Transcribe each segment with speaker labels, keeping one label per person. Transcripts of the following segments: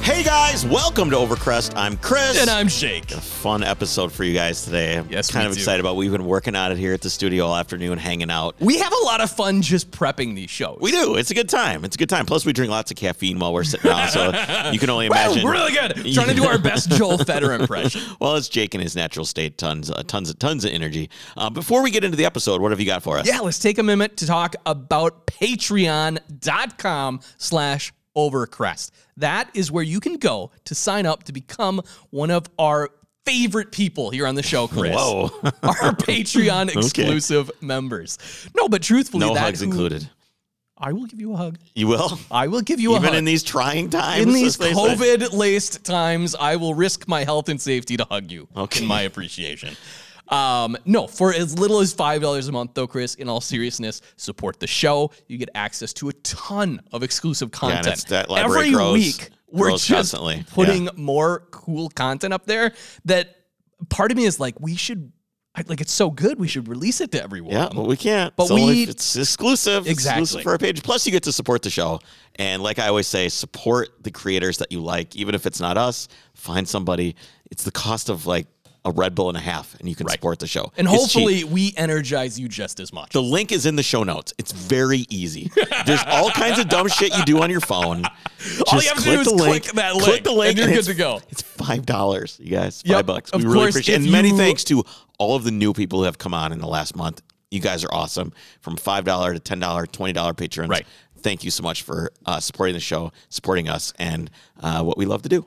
Speaker 1: Hey guys, welcome to Overcrest. I'm Chris.
Speaker 2: And I'm Shake.
Speaker 1: Fun episode for you guys today. I'm
Speaker 2: Yes,
Speaker 1: kind
Speaker 2: we
Speaker 1: of
Speaker 2: do.
Speaker 1: excited about. We've been working on it here at the studio all afternoon, hanging out.
Speaker 2: We have a lot of fun just prepping these shows.
Speaker 1: We do. It's a good time. It's a good time. Plus, we drink lots of caffeine while we're sitting down, so you can only
Speaker 2: Wow,
Speaker 1: imagine.
Speaker 2: really good. Trying to do our best Joel Feder impression.
Speaker 1: Well, it's Jake in his natural state. Tons, uh, tons, of, tons of energy. Uh, before we get into the episode, what have you got for us?
Speaker 2: Yeah, let's take a minute to talk about patreon.com slash overcrest. That is where you can go to sign up to become one of our favorite people here on the show, Chris.
Speaker 1: Whoa.
Speaker 2: our Patreon exclusive members. No, but truthfully,
Speaker 1: no
Speaker 2: that
Speaker 1: hugs
Speaker 2: who-
Speaker 1: included.
Speaker 2: I will give you a hug.
Speaker 1: You will.
Speaker 2: I will give you a
Speaker 1: Even
Speaker 2: hug.
Speaker 1: in these trying times,
Speaker 2: in these
Speaker 1: as they say.
Speaker 2: COVID laced times, I will risk my health and safety to hug you.
Speaker 1: Okay.
Speaker 2: In my appreciation. Um, no, for as little as $5 a month, though, Chris, in all seriousness, support the show. You get access to a ton of exclusive
Speaker 1: and
Speaker 2: content.
Speaker 1: it's- that library
Speaker 2: Every
Speaker 1: grows-
Speaker 2: week, we're
Speaker 1: grows
Speaker 2: just
Speaker 1: constantly. Yeah.
Speaker 2: putting more cool content up there that part of me is like, we should, I- like, it's so good, we should release it to everyone.
Speaker 1: Yeah, but we can't.
Speaker 2: But
Speaker 1: it's only-
Speaker 2: we-
Speaker 1: it's exclusive. It's exclusive
Speaker 2: Exactly.
Speaker 1: for our page. Plus, you get to support the show. And like I always say, support the creators that you like, even if it's not us. Find somebody. It's the cost of like a Red Bull and a half, and you can support the show.
Speaker 2: And
Speaker 1: It's cheap.
Speaker 2: hopefully, we energize you just as much.
Speaker 1: The link is in the show notes. It's very easy. There's all kinds of dumb shit you do on your phone. Just
Speaker 2: All you have to do
Speaker 1: click
Speaker 2: is
Speaker 1: the
Speaker 2: click
Speaker 1: link,
Speaker 2: that
Speaker 1: Click
Speaker 2: link,
Speaker 1: the link,
Speaker 2: and you're good
Speaker 1: it's-
Speaker 2: to go.
Speaker 1: It's five dollars, you guys. Five
Speaker 2: Yep,
Speaker 1: bucks.
Speaker 2: of
Speaker 1: We really
Speaker 2: course,
Speaker 1: appreciate it.
Speaker 2: if
Speaker 1: And many
Speaker 2: you-
Speaker 1: thanks to all of the new people who have come on in the last month. You guys are awesome. From five dollar to ten dollar, twenty dollar patrons.
Speaker 2: Right.
Speaker 1: Thank you so much for uh, supporting the show, supporting us, and uh, what we love to do.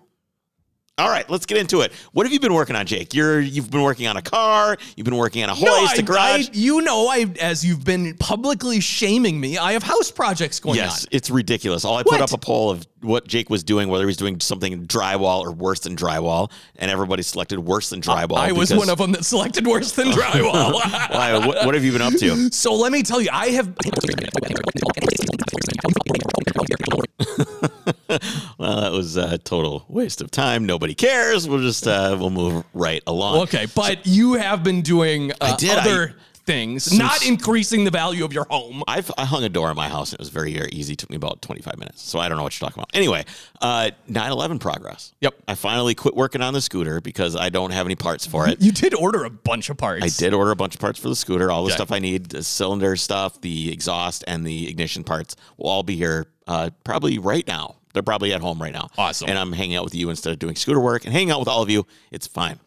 Speaker 1: All right, let's get into it. What have you been working on, Jake? You're you've been working on a car. You've been working on a hoist,
Speaker 2: I-
Speaker 1: a garage.
Speaker 2: I- you know, I as you've been publicly shaming me, I have house projects going
Speaker 1: Yes,
Speaker 2: on.
Speaker 1: it's ridiculous. All I put
Speaker 2: What?
Speaker 1: up a poll of what Jake was doing, whether he was doing something drywall or worse than drywall, and everybody selected worse than drywall.
Speaker 2: I was
Speaker 1: because-
Speaker 2: one of them that selected worse than drywall.
Speaker 1: Why, what, what have you been up to?
Speaker 2: so let me tell you, I have.
Speaker 1: Well, that was a total waste of time. Nobody cares. We'll just uh, we'll move right along.
Speaker 2: Okay, but you have been doing uh,
Speaker 1: I did, I-
Speaker 2: other things, not increasing the value of your home.
Speaker 1: I've, I hung a door in my house and it was very, very easy. It took me about 25 minutes. So I don't know what you're talking about. Anyway, uh, 9-11 progress.
Speaker 2: Yep.
Speaker 1: I finally quit working on the scooter because I don't have any parts for it.
Speaker 2: You did order a bunch of parts.
Speaker 1: I did order a bunch of parts for the scooter. All the
Speaker 2: Okay.
Speaker 1: stuff I need, the cylinder stuff, the exhaust, and the ignition parts will all be here uh, probably right now. They're probably at home right now.
Speaker 2: Awesome.
Speaker 1: And I'm hanging out with you instead of doing scooter work and hanging out with all of you. It's fine.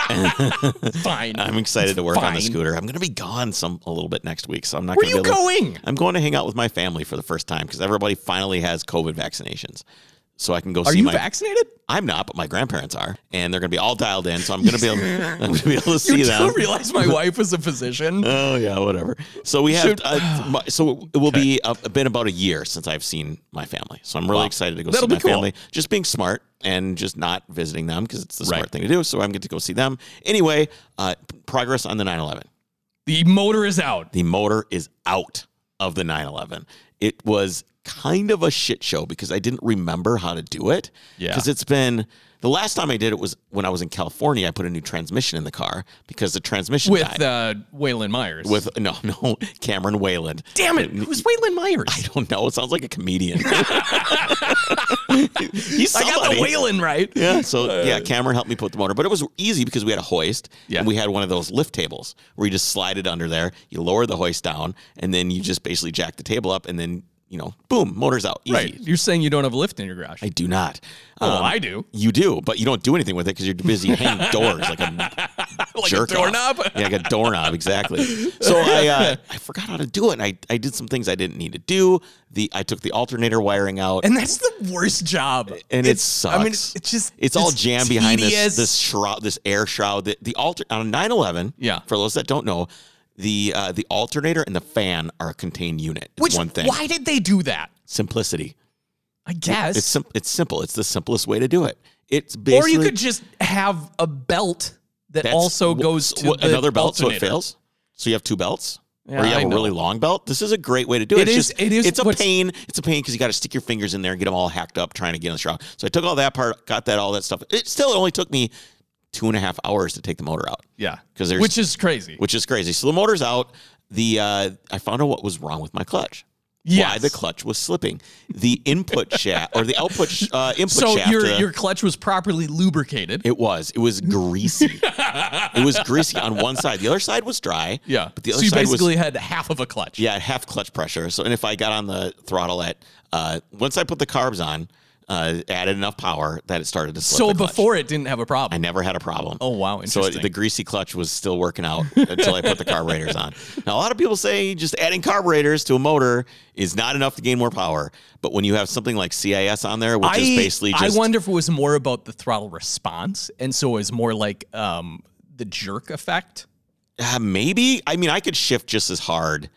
Speaker 2: Fine.
Speaker 1: I'm excited to work on the
Speaker 2: Fine.
Speaker 1: scooter. I'm going to be gone some a little bit next week, so I'm not
Speaker 2: Where
Speaker 1: going to
Speaker 2: you
Speaker 1: be able to-
Speaker 2: going?
Speaker 1: I'm going to hang out with my family for the first time because everybody finally has COVID vaccinations. So I can go
Speaker 2: Are
Speaker 1: see
Speaker 2: you
Speaker 1: my
Speaker 2: vaccinated?
Speaker 1: I'm not, but my grandparents are, and they're going to be all dialed in. So I'm going to be able, I'm going to be able to see
Speaker 2: You
Speaker 1: them.
Speaker 2: do realize my wife was a physician.
Speaker 1: Oh yeah, whatever. So we have.
Speaker 2: Should-
Speaker 1: Uh, my- so it will be uh, been about a year since I've seen my family. So I'm really excited to go
Speaker 2: That'll
Speaker 1: see
Speaker 2: be
Speaker 1: my
Speaker 2: cool.
Speaker 1: family. Just being smart and just not visiting them because it's the smart
Speaker 2: Right.
Speaker 1: thing to do. So I'm going to go see them anyway. Uh, p- progress on the 911.
Speaker 2: The motor is out.
Speaker 1: The motor is out of the 911. It was kind of a shit show because I didn't remember how to do it.
Speaker 2: Yeah.
Speaker 1: Because it's been the last time I did it was when I was in California. I put a new transmission in the car because the transmission died.
Speaker 2: With uh, Waylon Myers.
Speaker 1: with no, no, Cameron Wayland.
Speaker 2: Damn it! It was Waylon Myers.
Speaker 1: I don't know. It sounds like a comedian. He's
Speaker 2: I got
Speaker 1: somebody.
Speaker 2: the Whalen right.
Speaker 1: Yeah. So yeah, Cameron helped me put the motor, but it was easy because we had a hoist
Speaker 2: Yeah.
Speaker 1: and we had one of those lift tables where you just slide it under there, you lower the hoist down, and then you just basically jack the table up, and then you know, boom, motor's out. Easy.
Speaker 2: Right. You're saying you don't have a lift in your garage.
Speaker 1: I do not.
Speaker 2: oh,
Speaker 1: Um,
Speaker 2: I do.
Speaker 1: You do, but you don't do anything with it because you're busy hanging doors like a
Speaker 2: Like
Speaker 1: jerk
Speaker 2: a
Speaker 1: off.
Speaker 2: doorknob.
Speaker 1: Yeah, like a doorknob, exactly. So I uh, I forgot how to do it. And I I did some things I didn't need to do. The I took the alternator wiring out.
Speaker 2: And that's the worst job.
Speaker 1: and it sucks.
Speaker 2: I mean, it's just
Speaker 1: it's all jammed behind this
Speaker 2: tedious.
Speaker 1: this shroud, this air shroud. The, the alter on 9/11.
Speaker 2: Yeah.
Speaker 1: For those that don't know, the uh, the alternator and the fan are a contained unit. It's
Speaker 2: Which
Speaker 1: one thing.
Speaker 2: Why did they do that?
Speaker 1: Simplicity.
Speaker 2: I guess.
Speaker 1: It's sim- it's simple. It's the simplest way to do it. It's basically
Speaker 2: or you could just have a belt that
Speaker 1: that's-
Speaker 2: also
Speaker 1: wh-
Speaker 2: goes
Speaker 1: so
Speaker 2: to
Speaker 1: what-
Speaker 2: the
Speaker 1: another belt, so
Speaker 2: alternator.
Speaker 1: it fails. So you have two belts.
Speaker 2: Yeah,
Speaker 1: or you have
Speaker 2: I
Speaker 1: a
Speaker 2: know.
Speaker 1: really long belt. This is a great way to do it.
Speaker 2: It
Speaker 1: it's
Speaker 2: is-
Speaker 1: just,
Speaker 2: it is
Speaker 1: It's a
Speaker 2: what's-
Speaker 1: pain. It's a pain because you got to stick your fingers in there and get them all hacked up trying to get in the shroud. So I took all that part, got that, all that stuff. It still only took me two and a half hours to take the motor out.
Speaker 2: Yeah.
Speaker 1: 'Cause there's-
Speaker 2: Which is crazy.
Speaker 1: which is crazy. So the motor's out. The uh, I found out what was wrong with my clutch. why
Speaker 2: Yes.
Speaker 1: the clutch was slipping. The input shaft or the output sh- uh, input
Speaker 2: So
Speaker 1: shaft.
Speaker 2: your
Speaker 1: uh,
Speaker 2: your clutch was properly lubricated.
Speaker 1: it was. It was greasy. it was greasy on one side. The other side was dry.
Speaker 2: yeah.
Speaker 1: But the
Speaker 2: so
Speaker 1: other
Speaker 2: you
Speaker 1: side was
Speaker 2: basically had half of a clutch.
Speaker 1: yeah, half clutch pressure. So, and if I got on the throttle at, uh, once I put the carbs on, uh, added enough power that it started to slip.
Speaker 2: So
Speaker 1: the clutch.
Speaker 2: before it didn't have a problem.
Speaker 1: I never had a problem.
Speaker 2: Oh, wow.
Speaker 1: So
Speaker 2: Interesting.
Speaker 1: it- the greasy clutch was still working out until I put the carburetors on. Now a lot of people say just adding carburetors to a motor is not enough to gain more power, but when you have something like CIS on there, which is basically
Speaker 2: I
Speaker 1: just
Speaker 2: wonder if it was more about the throttle response, and so it was more like um, the jerk effect.
Speaker 1: uh, maybe. I mean, I could shift just as hard.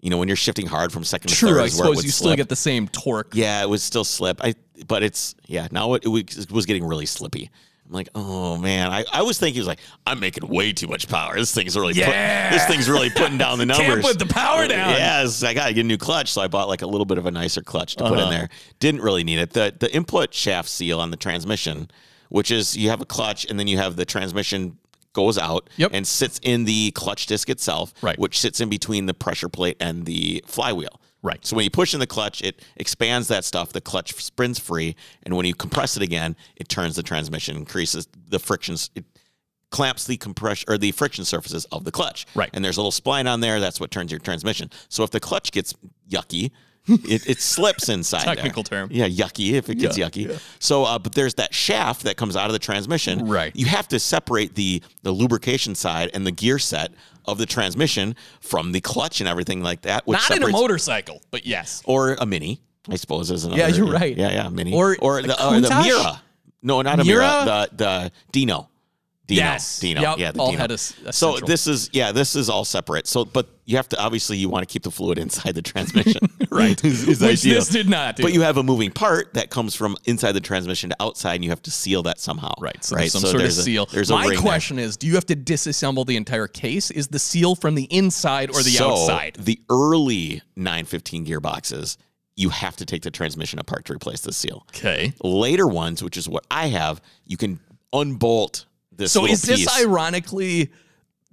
Speaker 1: You know, when you're shifting hard from second to
Speaker 2: True,
Speaker 1: third,
Speaker 2: I
Speaker 1: is where it
Speaker 2: suppose
Speaker 1: would
Speaker 2: you
Speaker 1: slip.
Speaker 2: still get the same torque.
Speaker 1: Yeah, it was still slip. I but it's yeah. Now it, it was- it was getting really slippy. I'm like, oh man. I, I was thinking it was like I'm making way too much power. This thing's really put-
Speaker 2: Yeah.
Speaker 1: this thing's really putting down the numbers.
Speaker 2: Can't put the power down.
Speaker 1: Yes, I gotta get a new clutch. So I bought like a little bit of a nicer clutch to put in
Speaker 2: Uh-huh.
Speaker 1: there. Didn't really need it. The the input shaft seal on the transmission, which is you have a clutch and then you have the transmission goes out
Speaker 2: Yep.
Speaker 1: and sits in the clutch disc itself,
Speaker 2: Right.
Speaker 1: which sits in between the pressure plate and the flywheel.
Speaker 2: Right.
Speaker 1: So when you push in the clutch, it expands that stuff. The clutch spins free, and when you compress it again, it turns the transmission, increases the frictions. It clamps the compression or the friction surfaces of the clutch.
Speaker 2: Right.
Speaker 1: And there's a little spline on there. That's what turns your transmission. So if the clutch gets yucky, it, it slips inside. there.
Speaker 2: Technical term.
Speaker 1: Yeah, yucky. If it gets
Speaker 2: Yeah,
Speaker 1: yucky. So, uh, but there's that shaft that comes out of the transmission.
Speaker 2: Right.
Speaker 1: You have to separate the the lubrication side and the gear set of the transmission from the clutch and everything like that. Which
Speaker 2: Not in a
Speaker 1: separates-
Speaker 2: motorcycle, but yes.
Speaker 1: or a mini, I suppose is another.
Speaker 2: Yeah, you're right.
Speaker 1: Yeah, yeah, mini
Speaker 2: Or
Speaker 1: or
Speaker 2: a
Speaker 1: the or the
Speaker 2: Countach?
Speaker 1: Mira. No, not a
Speaker 2: Mira?
Speaker 1: Mira. The the Dino. Dino,
Speaker 2: Yes.
Speaker 1: Dino,
Speaker 2: Yep,
Speaker 1: yeah, the
Speaker 2: all
Speaker 1: Dino.
Speaker 2: had a s- a
Speaker 1: so
Speaker 2: central.
Speaker 1: this is yeah, this is all separate. So, but you have to obviously you want to keep the fluid inside the transmission, right? is, is
Speaker 2: Which
Speaker 1: ideal.
Speaker 2: this did not do.
Speaker 1: But you have a moving part that comes from inside the transmission to outside, and you have to seal that somehow,
Speaker 2: Right, so there's some
Speaker 1: So
Speaker 2: sort
Speaker 1: there's
Speaker 2: of
Speaker 1: a-
Speaker 2: seal.
Speaker 1: there's a
Speaker 2: My
Speaker 1: ring there.
Speaker 2: question is, do you have to disassemble the entire case? Is the seal from the inside or the
Speaker 1: So,
Speaker 2: outside?
Speaker 1: The early 915 gearboxes, you have to take the transmission apart to replace the seal.
Speaker 2: Okay.
Speaker 1: Later ones, which is what I have, you can unbolt this.
Speaker 2: So
Speaker 1: little
Speaker 2: is this
Speaker 1: piece.
Speaker 2: ironically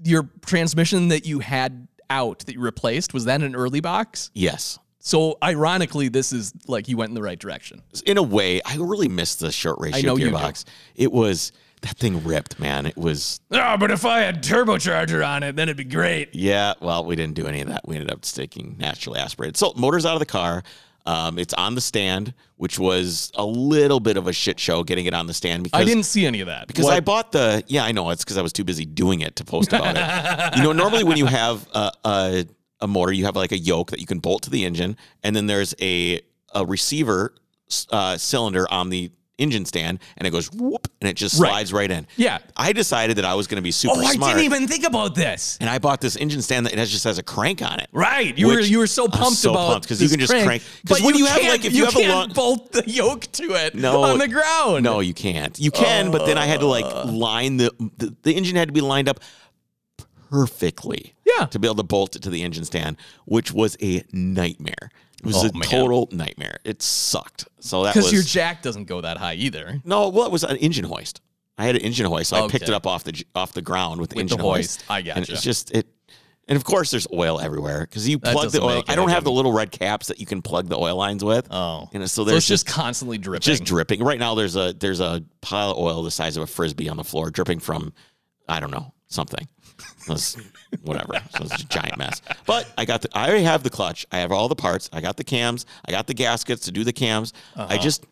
Speaker 2: your transmission that you had out that you replaced? Was that an early box?
Speaker 1: yes.
Speaker 2: So ironically, this is like you went in the right direction.
Speaker 1: In a way, I really missed the short ratio
Speaker 2: know you
Speaker 1: gearbox. It was that thing ripped, man. It was
Speaker 2: Oh, but if I had turbocharger on it, then it'd be great.
Speaker 1: yeah. Well, we didn't do any of that. We ended up sticking naturally aspirated. So motors out of the car. Um, it's on the stand, which was a little bit of a shit show getting it on the stand because
Speaker 2: I didn't see any of that.
Speaker 1: Because
Speaker 2: What-
Speaker 1: I bought the yeah, I know it's because I was too busy doing it to post about it. You know, normally when you have a, a a motor, you have like a yoke that you can bolt to the engine, and then there's a a receiver uh, cylinder on the engine stand, and it goes whoop, and it just
Speaker 2: Right.
Speaker 1: slides right in.
Speaker 2: Yeah.
Speaker 1: I decided that I was going to be super
Speaker 2: oh, I
Speaker 1: smart,
Speaker 2: didn't even think about this.
Speaker 1: and I bought this engine stand that has, just has a crank on it.
Speaker 2: Right, you were
Speaker 1: Which
Speaker 2: you were so
Speaker 1: I'm
Speaker 2: pumped
Speaker 1: so
Speaker 2: about
Speaker 1: pumped 'cause you
Speaker 2: this
Speaker 1: can just crank- 'cause
Speaker 2: but
Speaker 1: when
Speaker 2: you,
Speaker 1: you have,
Speaker 2: can't-
Speaker 1: like, if you have a
Speaker 2: can't
Speaker 1: long-
Speaker 2: bolt the yoke to it
Speaker 1: No.
Speaker 2: on the ground.
Speaker 1: No, you can't. You can, but then I had to like
Speaker 2: Uh.
Speaker 1: line the, the the engine had to be lined up perfectly.
Speaker 2: Yeah.
Speaker 1: To be able to bolt it to the engine stand, which was a nightmare. It was
Speaker 2: Oh,
Speaker 1: a
Speaker 2: man.
Speaker 1: total nightmare. It sucked. So that
Speaker 2: because
Speaker 1: was
Speaker 2: your jack doesn't go that high either.
Speaker 1: no. Well, it was an engine hoist. I had an engine hoist, so I picked
Speaker 2: Okay.
Speaker 1: it up off the j- off the ground with, the
Speaker 2: With the
Speaker 1: engine hoist.
Speaker 2: hoist. I
Speaker 1: And
Speaker 2: gotcha.
Speaker 1: it's just it. And of course, there's oil everywhere because you
Speaker 2: That
Speaker 1: plug the
Speaker 2: doesn't
Speaker 1: oil.
Speaker 2: make it
Speaker 1: I don't
Speaker 2: any
Speaker 1: have the little red caps that you can plug the oil lines with.
Speaker 2: Oh,
Speaker 1: You know, so
Speaker 2: so it's
Speaker 1: there's
Speaker 2: just constantly dripping.
Speaker 1: just dripping. Right now, there's a there's a pile of oil the size of a frisbee on the floor, dripping from I don't know something. That's- whatever. So it's a giant mess. But I got the I already have the clutch. I have all the parts. I got the cams. I got the gaskets to do the cams. I just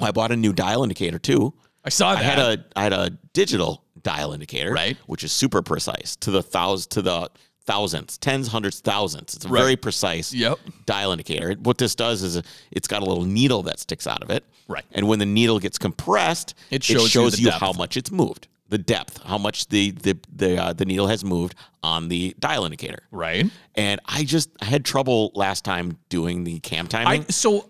Speaker 1: I bought a new dial indicator too.
Speaker 2: I saw that.
Speaker 1: I had a I had a digital dial indicator,
Speaker 2: Right.
Speaker 1: which is super precise to the thous to the thousands, tens, hundreds, thousands. It's a
Speaker 2: Right.
Speaker 1: very precise
Speaker 2: Yep.
Speaker 1: dial indicator. What this does is it's got a little needle that sticks out of it,
Speaker 2: Right.
Speaker 1: And when the needle gets compressed,
Speaker 2: It shows you the
Speaker 1: you,
Speaker 2: depth.
Speaker 1: how much it's moved, the depth, how much the the the uh, the needle has moved on the dial indicator.
Speaker 2: right.
Speaker 1: And I just I had trouble last time doing the cam timing.
Speaker 2: I so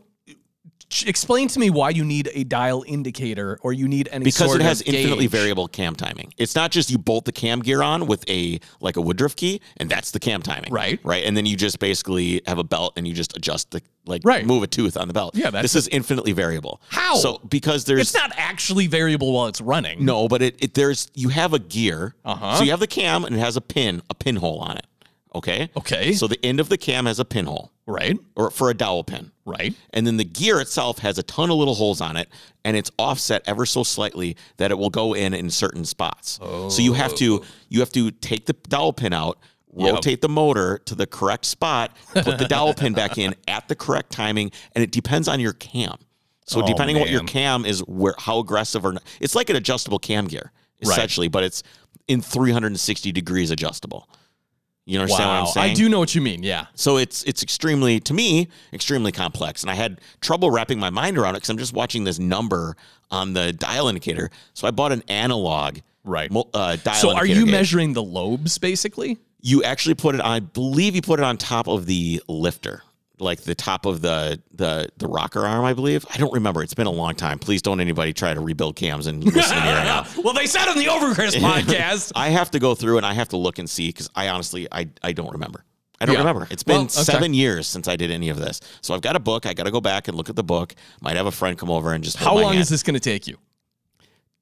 Speaker 2: ch- explain to me why you need a dial indicator or you need any
Speaker 1: because
Speaker 2: sort
Speaker 1: it has
Speaker 2: of
Speaker 1: infinitely
Speaker 2: gauge.
Speaker 1: variable cam timing. It's not just you bolt the cam gear on with a like a Woodruff key and that's the cam timing.
Speaker 2: Right.
Speaker 1: Right. And then you just basically have a belt and you just adjust the like
Speaker 2: Right.
Speaker 1: move a tooth on the belt.
Speaker 2: Yeah, that's-
Speaker 1: this is infinitely variable.
Speaker 2: How?
Speaker 1: So because there's
Speaker 2: It's not actually variable while it's running.
Speaker 1: no, but it, it there's you have a gear.
Speaker 2: Uh-huh.
Speaker 1: So you have the cam and it has a pin, a pinhole on it. Okay.
Speaker 2: Okay.
Speaker 1: So the end of the cam has a pinhole.
Speaker 2: Right.
Speaker 1: or for a dowel pin.
Speaker 2: Right.
Speaker 1: And then the gear itself has a ton of little holes on it, and it's offset ever so slightly that it will go in in certain spots. So you have to you have to take the dowel pin out, rotate the motor to the correct spot, put the dowel pin back in at the correct timing, and it depends on your cam. So
Speaker 2: Oh,
Speaker 1: depending on what your
Speaker 2: man.
Speaker 1: cam is, where how aggressive or not, it's like an adjustable cam gear
Speaker 2: Right.
Speaker 1: essentially, but it's in 360 degrees adjustable. You understand what I'm saying?
Speaker 2: I do know what you mean. Yeah.
Speaker 1: So it's it's extremely to me extremely complex, and I had trouble wrapping my mind around it because I'm just watching this number on the dial indicator. So I bought an analog
Speaker 2: Right.
Speaker 1: mo- uh, dial.
Speaker 2: So are
Speaker 1: indicator
Speaker 2: you
Speaker 1: gauge.
Speaker 2: measuring the lobes basically?
Speaker 1: You actually put it on. I believe you put it on top of the lifter, like the top of the the the rocker arm. I believe. I don't remember. It's been a long time. Please don't anybody try to rebuild cams and listen to me right now.
Speaker 2: well, they said on the Overcrest podcast.
Speaker 1: I have to go through and I have to look and see because I honestly I, I don't remember. I don't
Speaker 2: Yeah.
Speaker 1: remember. It's been
Speaker 2: Well, okay.
Speaker 1: seven years since I did any of this. So I've got a book. I got to go back and look at the book. Might have a friend come over and just
Speaker 2: How long is this going to take you?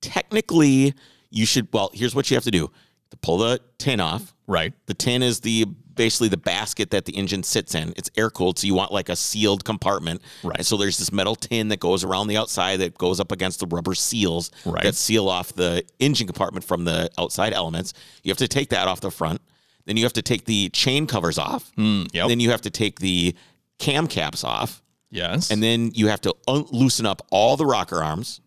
Speaker 1: Technically, you should. Well, here's what you have to do: to pull the tin off.
Speaker 2: Right.
Speaker 1: The tin is the basically the basket that the engine sits in. It's air cooled, so you want like a sealed compartment.
Speaker 2: Right.
Speaker 1: And so there's this metal tin that goes around the outside that goes up against the rubber seals
Speaker 2: Right.
Speaker 1: that seal off the engine compartment from the outside elements. You have to take that off the front. Then you have to take the chain covers off.
Speaker 2: Hmm. Mm, yep.
Speaker 1: Then you have to take the cam caps off.
Speaker 2: Yes.
Speaker 1: And then you have to un- loosen up all the rocker arms.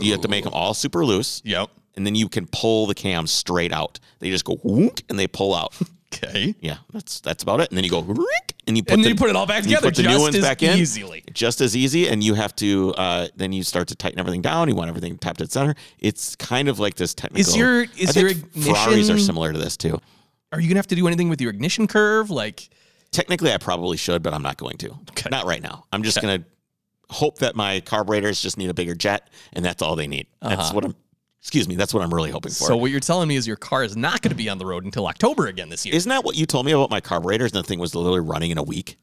Speaker 1: You have to make them all super loose.
Speaker 2: Yep.
Speaker 1: And then you can pull the cams straight out. They just go whoonk and they pull out.
Speaker 2: Okay.
Speaker 1: Yeah, that's that's about it. And then you go "Rink," and you put
Speaker 2: And
Speaker 1: the,
Speaker 2: then you put it all back
Speaker 1: you
Speaker 2: together
Speaker 1: put the
Speaker 2: just
Speaker 1: new ones
Speaker 2: as
Speaker 1: back in
Speaker 2: easily.
Speaker 1: just as easy. And you have to uh, then you start to tighten everything down. You want everything tapped at center. It's kind of like this technical.
Speaker 2: Is your- is
Speaker 1: I think
Speaker 2: your
Speaker 1: Ferraris are
Speaker 2: ignition-
Speaker 1: similar to this too?
Speaker 2: Are you going to have to do anything with your ignition curve? Like,
Speaker 1: Technically, I probably should, but I'm not going to.
Speaker 2: Okay.
Speaker 1: Not right now. I'm just gonna hope that my carburetors just need a bigger jet, and that's all they need. That's what I'm. Excuse me. That's what I'm really hoping for.
Speaker 2: Uh-huh. so what you're telling me is your car is not going to be on the road until October again this year.
Speaker 1: isn't that what you told me about my carburetors? And the thing was literally running in a week.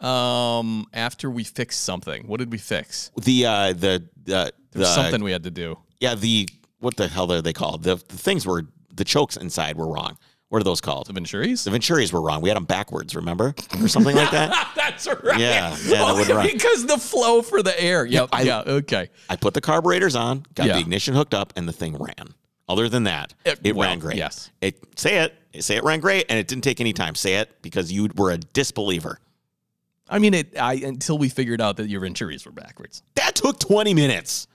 Speaker 2: um, after we fix something, what did we fix?
Speaker 1: The uh, the the, the
Speaker 2: There's something we had to do.
Speaker 1: yeah, the what the hell are they called? The, the things were the chokes inside were wrong. What are those called?
Speaker 2: The Venturis?
Speaker 1: The Venturis were wrong. We had them backwards, remember, or something like that.
Speaker 2: That's right.
Speaker 1: Yeah, yeah, that
Speaker 2: Oh,
Speaker 1: would run.
Speaker 2: because the flow for the air. Yep.
Speaker 1: I-
Speaker 2: yeah. Okay.
Speaker 1: I put the carburetors on, got
Speaker 2: Yeah.
Speaker 1: the ignition hooked up, and the thing ran. Other than that,
Speaker 2: It-
Speaker 1: it,
Speaker 2: well,
Speaker 1: ran great.
Speaker 2: yes.
Speaker 1: It say it say it ran great, and it didn't take any time. Say it because you were a disbeliever.
Speaker 2: I mean, it. I until we figured out that your Venturis were backwards.
Speaker 1: That took twenty minutes.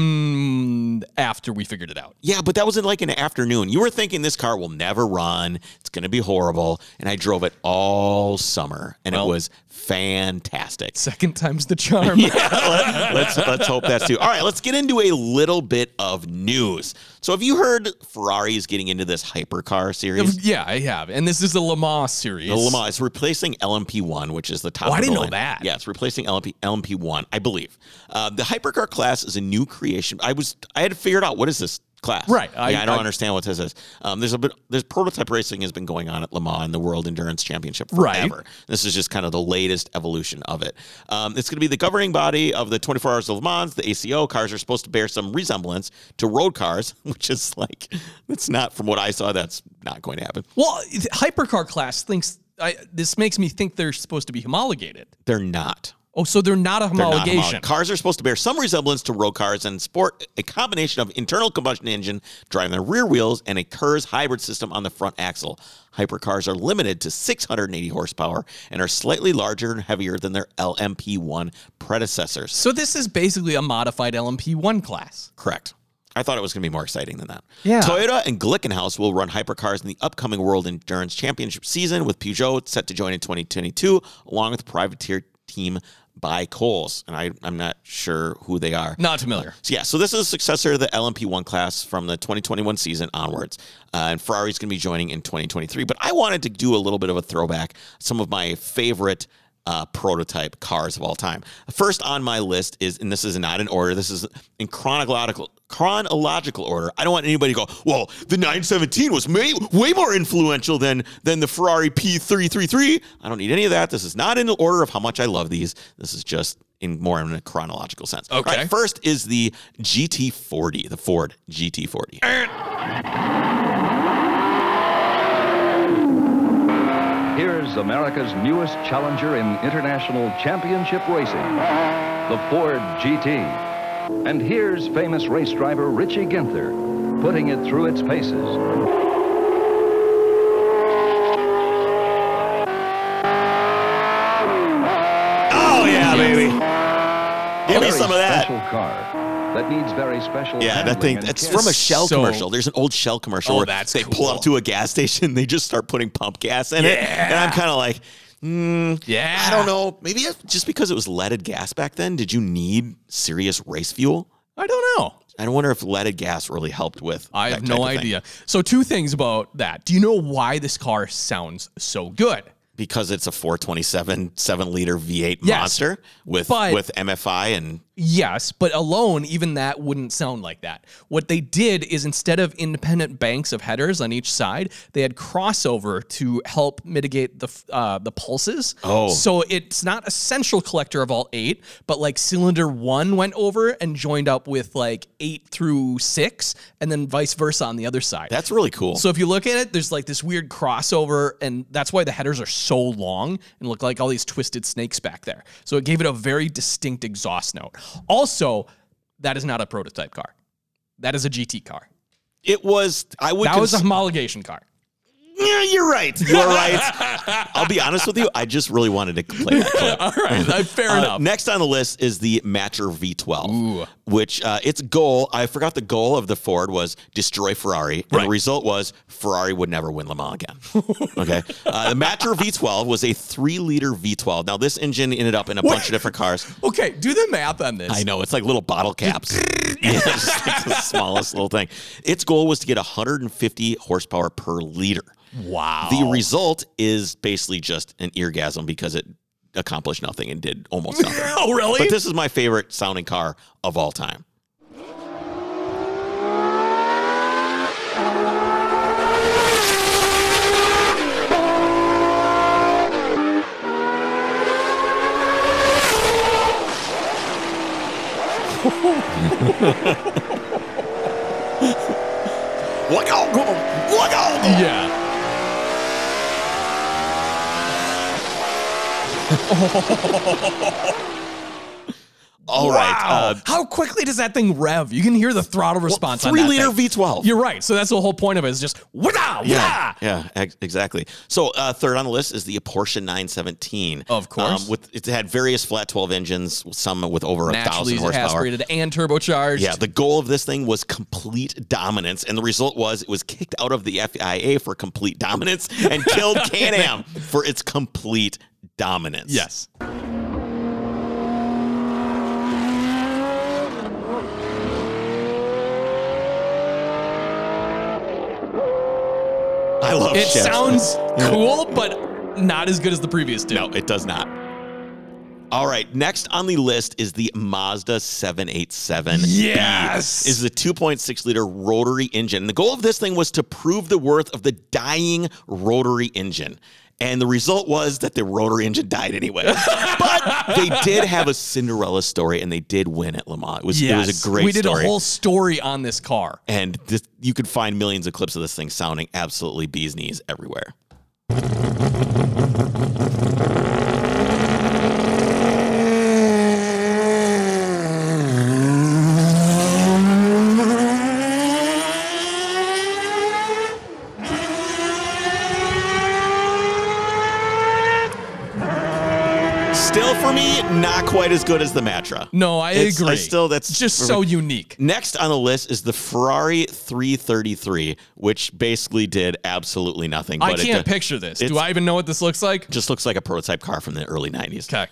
Speaker 2: Mm, after we figured it out.
Speaker 1: Yeah, but that was in like an afternoon. You were thinking this car will never run. It's going to be horrible. And I drove it all summer, and
Speaker 2: Well-
Speaker 1: it was fantastic.
Speaker 2: Second time's the charm.
Speaker 1: Let- let's let's hope that's too. All right, let's get into a little bit of news. So, have you heard Ferrari is getting into this hypercar series?
Speaker 2: yeah, I have. And this is the Le Mans series.
Speaker 1: The Le Mans is replacing LMP1, which is the top.
Speaker 2: Oh, I
Speaker 1: of the
Speaker 2: didn't know
Speaker 1: line.
Speaker 2: that.
Speaker 1: Yeah, it's replacing LMP LMP1, I believe. Uh, the hypercar class is a new creation. I was I had figured out what is this class,
Speaker 2: Right,
Speaker 1: Yeah,
Speaker 2: I-
Speaker 1: I, don't
Speaker 2: I-
Speaker 1: understand what this is. Um, there's a bit. There's prototype racing has been going on at Le Mans and the World Endurance Championship
Speaker 2: Right.
Speaker 1: forever. This is just kind of the latest evolution of it. Um, it's going to be the governing body of the 24 Hours of Le Mans. The ACO cars are supposed to bear some resemblance to road cars, which is like it's not from what I saw. That's not going to happen.
Speaker 2: Well, the hypercar class thinks I, this makes me think they're supposed to be homologated.
Speaker 1: They're not.
Speaker 2: Oh, so they're not a
Speaker 1: They're not
Speaker 2: homologation.
Speaker 1: homolog- Cars are supposed to bear some resemblance to road cars and sport a combination of internal combustion engine driving the rear wheels and a KERS hybrid system on the front axle. Hypercars are limited to 680 horsepower and are slightly larger and heavier than their LMP1 predecessors.
Speaker 2: so this is basically a modified LMP1 class.
Speaker 1: Correct. I thought it was going to be more exciting than that.
Speaker 2: Yeah.
Speaker 1: Toyota and Glickenhaus will run hypercars in the upcoming World Endurance Championship season, with Peugeot set to join in 2022, along with privateer team by Coles. And I, I'm not sure who they are.
Speaker 2: Not familiar.
Speaker 1: So yeah, so this is a successor to the LMP1 class from the 2021 season onwards, uh, and Ferrari's going to be joining in 2023. But I wanted to do a little bit of a throwback, some of my favorite uh, prototype cars of all time. First on my list is, and this is not in order, this is in chronological chronological order. I don't want anybody to go, well, the 917 was may, way more influential than than the Ferrari P333. I don't need any of that. This is not in the order of how much I love these. This is just in more in a chronological sense. All
Speaker 2: Okay.
Speaker 1: first is the GT40, the Ford GT40.
Speaker 2: Oh,
Speaker 3: Here's America's newest challenger in international championship racing, the Ford GT. And here's famous race driver Richie Ginther, putting it through its paces.
Speaker 1: Oh yeah, baby. Give me
Speaker 3: Very
Speaker 1: some of that.
Speaker 3: Special car that needs very special.
Speaker 1: Yeah, that
Speaker 3: handling
Speaker 1: thing.
Speaker 3: and
Speaker 1: That's
Speaker 3: care.
Speaker 1: from a Shell
Speaker 2: so-
Speaker 1: commercial. There's an old Shell commercial
Speaker 2: Oh,
Speaker 1: where
Speaker 2: that's
Speaker 1: they pull up
Speaker 2: cool.
Speaker 1: to a gas station. They just start putting pump gas in it, and I'm kind of like, mm,
Speaker 2: Yeah.
Speaker 1: I don't know. Maybe it- just because it was leaded gas back then, did you need serious race fuel?
Speaker 2: I don't know.
Speaker 1: I wonder if leaded gas really helped with.
Speaker 2: I
Speaker 1: that
Speaker 2: have
Speaker 1: type
Speaker 2: no
Speaker 1: of thing.
Speaker 2: idea. So two things about that. Do you know why this car sounds so good?
Speaker 1: because it's a 427 seven liter V8
Speaker 2: Yes,
Speaker 1: monster with
Speaker 2: but-
Speaker 1: with MFI and
Speaker 2: Yes, but alone, even that wouldn't sound like that. What they did is instead of independent banks of headers on each side, they had crossover to help mitigate the f- uh, the pulses.
Speaker 1: Oh.
Speaker 2: so it's not a central collector of all eight, but like cylinder one went over and joined up with like eight through six, and then vice versa on the other side.
Speaker 1: that's really cool.
Speaker 2: So if you look at it, there's like this weird crossover, and that's why the headers are so long and look like all these twisted snakes back there. So it gave it a very distinct exhaust note. Also, that is not a prototype car. That is a GT car.
Speaker 1: it was I would
Speaker 2: That was a
Speaker 1: cons-
Speaker 2: homologation car.
Speaker 1: Yeah, you're right. You're right. I'll be honest with you. I just really wanted to play that clip.
Speaker 2: All right, uh, fair
Speaker 1: Uh,
Speaker 2: enough.
Speaker 1: next on the list is the Matcher V12, which uh, its goal, I forgot the goal of the Ford was destroy Ferrari. And
Speaker 2: Right.
Speaker 1: the result was Ferrari would never win Le Mans again. okay. Uh, the Matcher V12 was a three liter V12. Now, this engine ended up in a bunch of different cars.
Speaker 2: Okay, do the math on this.
Speaker 1: I know it's like little bottle caps. yeah, it's just like the smallest little thing. Its goal was to get 150 horsepower per liter.
Speaker 2: Wow.
Speaker 1: The result is basically just an eargasm because it accomplished nothing and did almost nothing.
Speaker 2: oh, really?
Speaker 1: But this is my favorite sounding car of all time. Look out! Look out!
Speaker 2: yeah.
Speaker 1: All right.
Speaker 2: Wow.
Speaker 1: uh,
Speaker 2: How quickly does that thing rev? You can hear the throttle response on
Speaker 1: three
Speaker 2: that
Speaker 1: liter
Speaker 2: thing.
Speaker 1: V12.
Speaker 2: You're right. So that's the whole point of it is just, wow,
Speaker 1: Yeah, yeah, ex- exactly. So uh, third on the list is the Porsche 917.
Speaker 2: Of course.
Speaker 1: with it had various flat 12 engines, some with over a
Speaker 2: naturally
Speaker 1: thousand horsepower.
Speaker 2: aspirated and turbocharged.
Speaker 1: Yeah, the goal of this thing was complete dominance, and the result was it was kicked out of the FIA for complete dominance and killed Can-Am for its complete dominance.
Speaker 2: yes.
Speaker 1: Oh, I love
Speaker 2: It
Speaker 1: Chevs.
Speaker 2: sounds cool, but not as good as the previous two.
Speaker 1: No, it does not. All right, next on the list is the Mazda 787.
Speaker 2: Yes.
Speaker 1: Is the 2.6 liter rotary engine. The goal of this thing was to prove the worth of the dying rotary engine. And the result was that the rotary engine died anyway. but they did have a Cinderella story and they did win at Lamont. It was it was
Speaker 2: Yes.
Speaker 1: a great
Speaker 2: We did
Speaker 1: story.
Speaker 2: a whole story on this car.
Speaker 1: and this, you could find millions of clips of this thing sounding absolutely bees knees everywhere. Still for me, not quite as good as the Matra.
Speaker 2: No, I
Speaker 1: It's-
Speaker 2: agree.
Speaker 1: I still that's
Speaker 2: just so unique.
Speaker 1: Next on the list is the Ferrari 333, which basically did absolutely nothing.
Speaker 2: I
Speaker 1: but it
Speaker 2: can't
Speaker 1: ju-
Speaker 2: picture this. Do
Speaker 1: it's-
Speaker 2: I even know what this looks like?
Speaker 1: Just looks like a prototype car from the early 90s.
Speaker 2: Okay.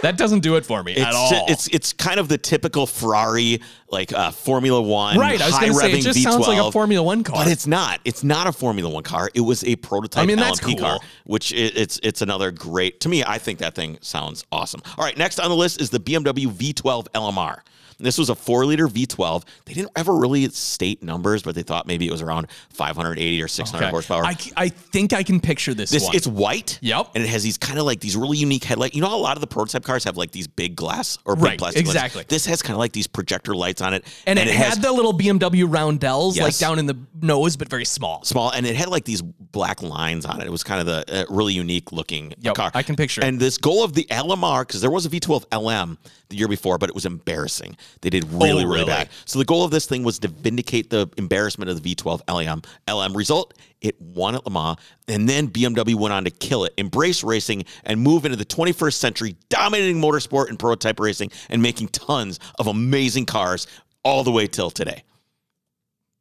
Speaker 2: That doesn't do it for me
Speaker 1: It's,
Speaker 2: at all.
Speaker 1: ju- it's it's kind of the typical Ferrari like uh, Formula One
Speaker 2: right. I was
Speaker 1: high
Speaker 2: going to say
Speaker 1: revving
Speaker 2: it just
Speaker 1: V12,
Speaker 2: sounds like a Formula One car.
Speaker 1: but it's not. It's not a Formula One car. It was a prototype
Speaker 2: I mean, that's
Speaker 1: LMP car,
Speaker 2: cool.
Speaker 1: which i it's it's another great. To me, I think that thing sounds awesome. All right, next on the list is the BMW V12 LMR. This was a four liter V12. They didn't ever really state numbers, but they thought maybe it was around 580 or 600
Speaker 2: Okay.
Speaker 1: horsepower.
Speaker 2: I, c- I think I can picture this,
Speaker 1: This
Speaker 2: one.
Speaker 1: it's white.
Speaker 2: Yep.
Speaker 1: And it has these kind of like these really unique headlight. You know how a lot of the prototype cars have like these big glass or big
Speaker 2: Right,
Speaker 1: plastic lenses?
Speaker 2: exactly.
Speaker 1: This has kind of like these projector lights on it.
Speaker 2: and, it, had the little BMW roundels like
Speaker 1: Yes.
Speaker 2: down in the nose, but very small.
Speaker 1: small and it had like these black lines on it. It was kind of the uh, really unique looking
Speaker 2: Yep,
Speaker 1: car.
Speaker 2: I can picture it.
Speaker 1: And this goal of the LMR because there was a V12 LM the year before, but it was embarrassing. They did really, really,
Speaker 2: Oh, really?
Speaker 1: bad. So the goal of this thing was to vindicate the embarrassment of the V12 LM. LM result, it won at Le Mans, and then BMW went on to kill it, embrace racing, and move into the 21st century, dominating motorsport and prototype racing, and making tons of amazing cars all the way till today.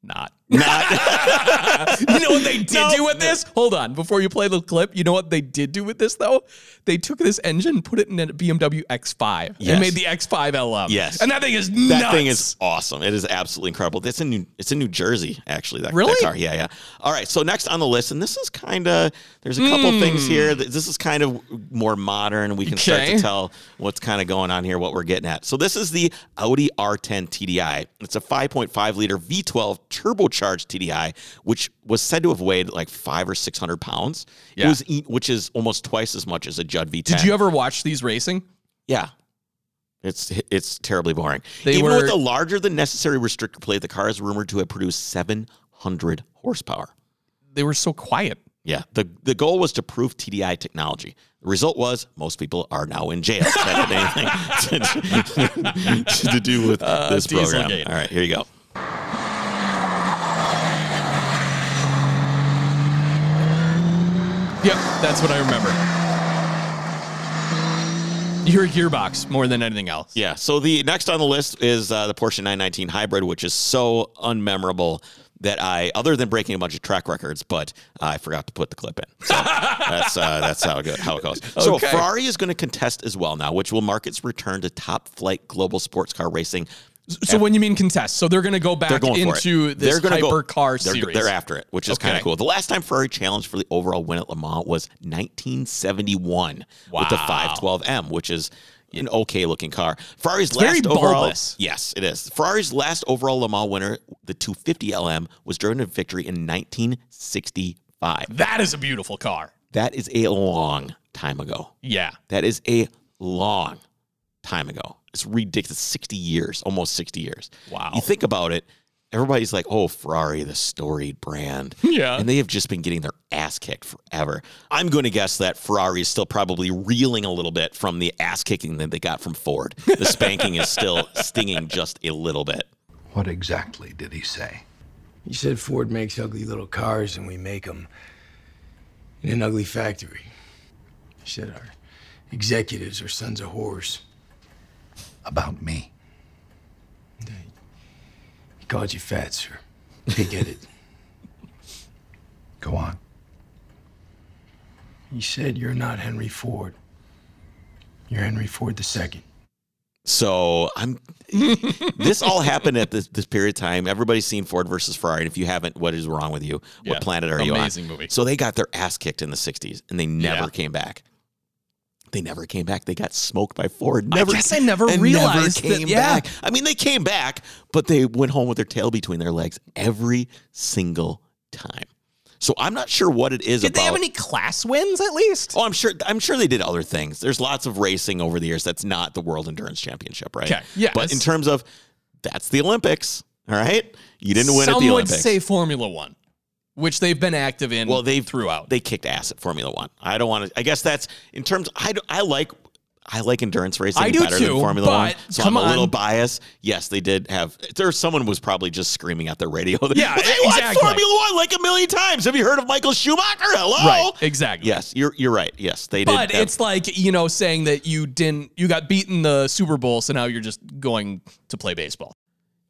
Speaker 2: Not.
Speaker 1: Not.
Speaker 2: You know what they did
Speaker 1: No.
Speaker 2: do with this? Hold on, before you play the clip, you know what they did do with this though? They took this engine, put it in a BMW X5. They
Speaker 1: Yes.
Speaker 2: made the X5 LM.
Speaker 1: Yes.
Speaker 2: and that thing is
Speaker 1: That
Speaker 2: nuts.
Speaker 1: thing is awesome. It is absolutely incredible. It's in New, it's in New Jersey, actually. That, that
Speaker 2: Really?
Speaker 1: car. Yeah, yeah. All right. So next on the list, and this is kind of there's a
Speaker 2: Hmm.
Speaker 1: couple things here. that- This is kind of more modern. We can start
Speaker 2: Okay.
Speaker 1: to tell what's kind of going on here, what we're getting at. So this is the Audi R10 TDI. It's a 5.5 liter V12 turbocharged TDI, which was said to have weighed like five or six hundred pounds.
Speaker 2: Yeah.
Speaker 1: It was e- which is almost twice as much as a Judd V10.
Speaker 2: Did you ever watch these racing?
Speaker 1: Yeah. It's it's terribly boring.
Speaker 2: They
Speaker 1: Even
Speaker 2: were-
Speaker 1: with a larger than necessary restrictor plate, the car is rumored to have produced 700 horsepower.
Speaker 2: They were so quiet.
Speaker 1: Yeah. The the goal was to prove TDI technology. The result was most people are now in jail. That had anything to, to do with
Speaker 2: Uh,
Speaker 1: this program.
Speaker 2: Dieselgate.
Speaker 1: All right, here you go.
Speaker 2: Yep, that's what I remember. You're a gearbox more than anything else.
Speaker 1: Yeah. So the next on the list is uh, the Porsche 919 Hybrid, which is so unmemorable that I, other than breaking a bunch of track records, but I forgot to put the clip in. So that's uh, that's how it goes. How it goes. So
Speaker 2: Okay.
Speaker 1: Ferrari is going to contest as well now, which will mark its return to top flight global sports car racing.
Speaker 2: So when you mean contest, so they're going to go back
Speaker 1: They're going for
Speaker 2: into
Speaker 1: it.
Speaker 2: this
Speaker 1: they're gonna go-
Speaker 2: hyper car
Speaker 1: they're,
Speaker 2: series.
Speaker 1: They're after it, which is kind
Speaker 2: Okay.
Speaker 1: of cool. The last time Ferrari challenged for the overall win at Le Mans was 1971 with the
Speaker 2: Wow.
Speaker 1: 512M, which is an okay looking car. Ferrari's
Speaker 2: very
Speaker 1: last overall.
Speaker 2: bulbous.
Speaker 1: Yes, it is. Ferrari's last overall Le Mans winner, the 250 LM, was driven to victory in 1965.
Speaker 2: That is a beautiful car.
Speaker 1: That is a long time ago.
Speaker 2: Yeah.
Speaker 1: That is a long time ago. It's ridiculous. 60 years, almost 60 years.
Speaker 2: Wow.
Speaker 1: You think about it, everybody's like, oh, Ferrari, the storied brand.
Speaker 2: Yeah.
Speaker 1: And they have just been getting their ass kicked forever. I'm going to guess that Ferrari is still probably reeling a little bit from the ass kicking that they got from Ford. The spanking is still stinging just a little bit.
Speaker 4: What exactly did he say?
Speaker 5: He said Ford makes ugly little cars and we make them in an ugly factory. He said our executives are sons of whores.
Speaker 4: About me.
Speaker 5: He called you fat, sir. He get it.
Speaker 4: Go on.
Speaker 5: He said you're not Henry Ford. You're Henry Ford II.
Speaker 1: So I'm. this all happened at this, this period of time. Everybody's seen Ford versus Ferrari, and if you haven't, what is wrong with you?
Speaker 2: Yeah,
Speaker 1: What planet are you on?
Speaker 2: amazing movie.
Speaker 1: So they got their ass kicked in the '60s, and they never
Speaker 2: Yeah.
Speaker 1: came back. They never came back. They got smoked by Ford. Never.
Speaker 2: guess I never
Speaker 1: and
Speaker 2: realized that-
Speaker 1: came
Speaker 2: yeah.
Speaker 1: back. I mean, they came back, but they went home with their tail between their legs every single time. So I'm not sure what it is
Speaker 2: Did
Speaker 1: about.
Speaker 2: they have any class wins at least?
Speaker 1: Oh, I'm sure. I'm sure they did other things. There's lots of racing over the years. That's not the World Endurance Championship, right?
Speaker 2: Okay, yes.
Speaker 1: But in terms of that's the Olympics. All right. You didn't win
Speaker 2: Some
Speaker 1: at the
Speaker 2: would
Speaker 1: Olympics.
Speaker 2: say Formula One, which they've been active in.
Speaker 1: well, they
Speaker 2: throughout.
Speaker 1: They kicked ass at Formula One. I don't want to. I guess that's in terms. I, do- I like. I like endurance racing
Speaker 2: I do
Speaker 1: better
Speaker 2: too,
Speaker 1: than Formula One,
Speaker 2: but
Speaker 1: so
Speaker 2: come
Speaker 1: I'm a little
Speaker 2: on.
Speaker 1: biased. Yes, they did have. There, someone was probably just screaming at their radio.
Speaker 2: Yeah,
Speaker 1: well, they
Speaker 2: exactly.
Speaker 1: won Formula One like a million times. Have you heard of Michael Schumacher? Hello.
Speaker 2: right, exactly.
Speaker 1: Yes, you're you're right. Yes, they did.
Speaker 2: But
Speaker 1: have-
Speaker 2: it's like you know saying that you didn't, you got beaten the Super Bowl, so now you're just going to play baseball.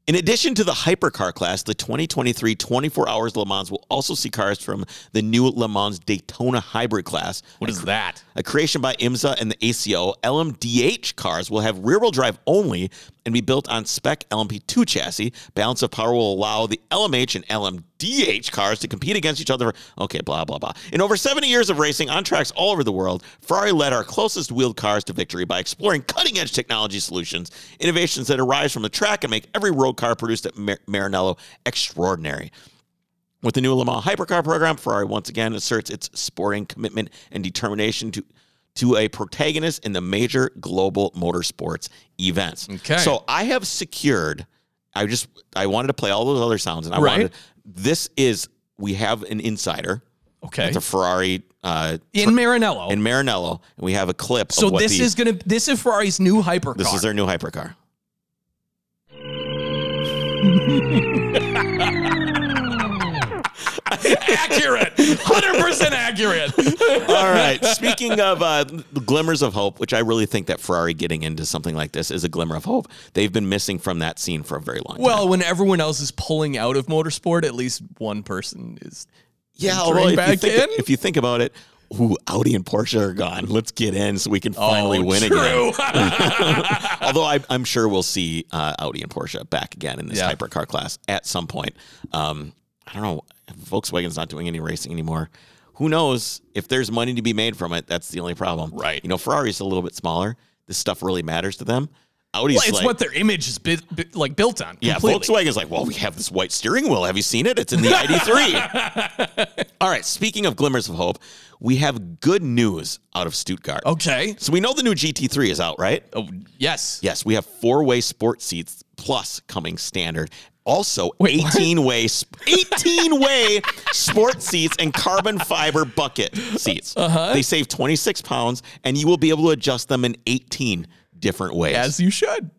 Speaker 1: In addition to the hypercar class, the 2023 24 Hours Le Mans will also see cars from the new Le Mans Daytona Hybrid class.
Speaker 2: What is that?
Speaker 1: A creation by IMSA and the ACO, LMDH cars will have rear wheel drive only and be built on spec LMP2 chassis. Balance of power will allow the LMH and DH cars to compete against each other. Okay, blah, blah, blah. In over 70 years of racing on tracks all over the world, Ferrari led our closest wheeled cars to victory by exploring cutting edge technology solutions, innovations that arise from the track and make every road car produced at Mar- Maranello extraordinary. With the new Le Mans Hypercar program, Ferrari once again asserts its sporting commitment and determination to to a protagonist in the major global motorsports events.
Speaker 2: Okay.
Speaker 1: So I have secured. I just I wanted to play all those other sounds, and I
Speaker 2: Right.
Speaker 1: wanted. This is we have an insider.
Speaker 2: Okay.
Speaker 1: It's a Ferrari uh,
Speaker 2: in Maranello.
Speaker 1: in Maranello, and we have a clip.
Speaker 2: so
Speaker 1: of what
Speaker 2: this
Speaker 1: the,
Speaker 2: is gonna this is Ferrari's new hypercar.
Speaker 1: this is their new hypercar.
Speaker 2: accurate, hundred percent accurate.
Speaker 1: All right. Speaking of uh, glimmers of hope, which I really think that Ferrari getting into something like this is a glimmer of hope. They've been missing from that scene for a very long time.
Speaker 2: Well, when everyone else is pulling out of motorsport, at least one person is.
Speaker 1: yeah.
Speaker 2: entering
Speaker 1: if, you
Speaker 2: back
Speaker 1: think,
Speaker 2: in?
Speaker 1: if you think about it, ooh, Audi and Porsche are gone. Let's get in so we can finally
Speaker 2: Oh,
Speaker 1: win again.
Speaker 2: true.
Speaker 1: Although I, I'm sure we'll see uh, Audi and Porsche back again in this
Speaker 2: Yeah.
Speaker 1: hypercar class at some point. Um, I don't know. Volkswagen's not doing any racing anymore. Who knows if there's money to be made from it? That's the only problem.
Speaker 2: Right.
Speaker 1: You know, Ferrari's a little bit smaller. This stuff really matters to them. Audi's
Speaker 2: Well, it's
Speaker 1: like,
Speaker 2: what their image is bu- bu- like built on.
Speaker 1: yeah,
Speaker 2: completely.
Speaker 1: Volkswagen's like, well, we have this white steering wheel. Have you seen it? It's in the ID3. All right. Speaking of glimmers of hope, we have good news out of Stuttgart.
Speaker 2: Okay.
Speaker 1: So we know the new GT3 is out, right?
Speaker 2: Oh, yes.
Speaker 1: Yes, we have four way sports seats plus coming standard. Also, 18 way, sp- 18 way sports seats and carbon fiber bucket seats. Uh-huh. They save 26 pounds, and you will be able to adjust them in 18 different ways.
Speaker 2: As you should.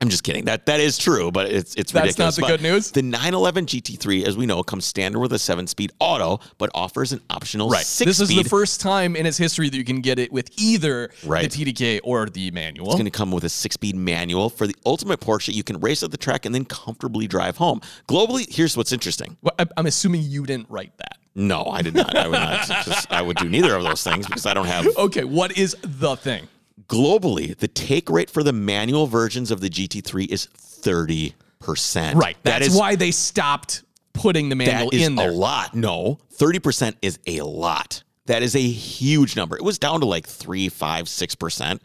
Speaker 1: I'm just kidding. That that is true, but it's it's
Speaker 2: That's
Speaker 1: ridiculous.
Speaker 2: not the
Speaker 1: But
Speaker 2: good news?
Speaker 1: The 911 GT3, as we know, comes standard with a seven-speed auto, but offers an optional six-speed.
Speaker 2: This is the first time in its history that you can get it with either
Speaker 1: Right.
Speaker 2: the PDK or the manual.
Speaker 1: It's going to come with a six-speed manual for the ultimate Porsche. You can race at the track and then comfortably drive home. Globally, here's what's interesting.
Speaker 2: Well, I- I'm assuming you didn't write that.
Speaker 1: No, I did not. I would not. just- I would do neither of those things because I don't have.
Speaker 2: Okay, what is the thing?
Speaker 1: Globally, the take rate for the manual versions of the GT3 is thirty percent.
Speaker 2: That's
Speaker 1: that is
Speaker 2: why they stopped putting the manual
Speaker 1: that is
Speaker 2: in there.
Speaker 1: a lot. No, thirty percent is a lot. That is a huge number. It was down to like three, five, six percent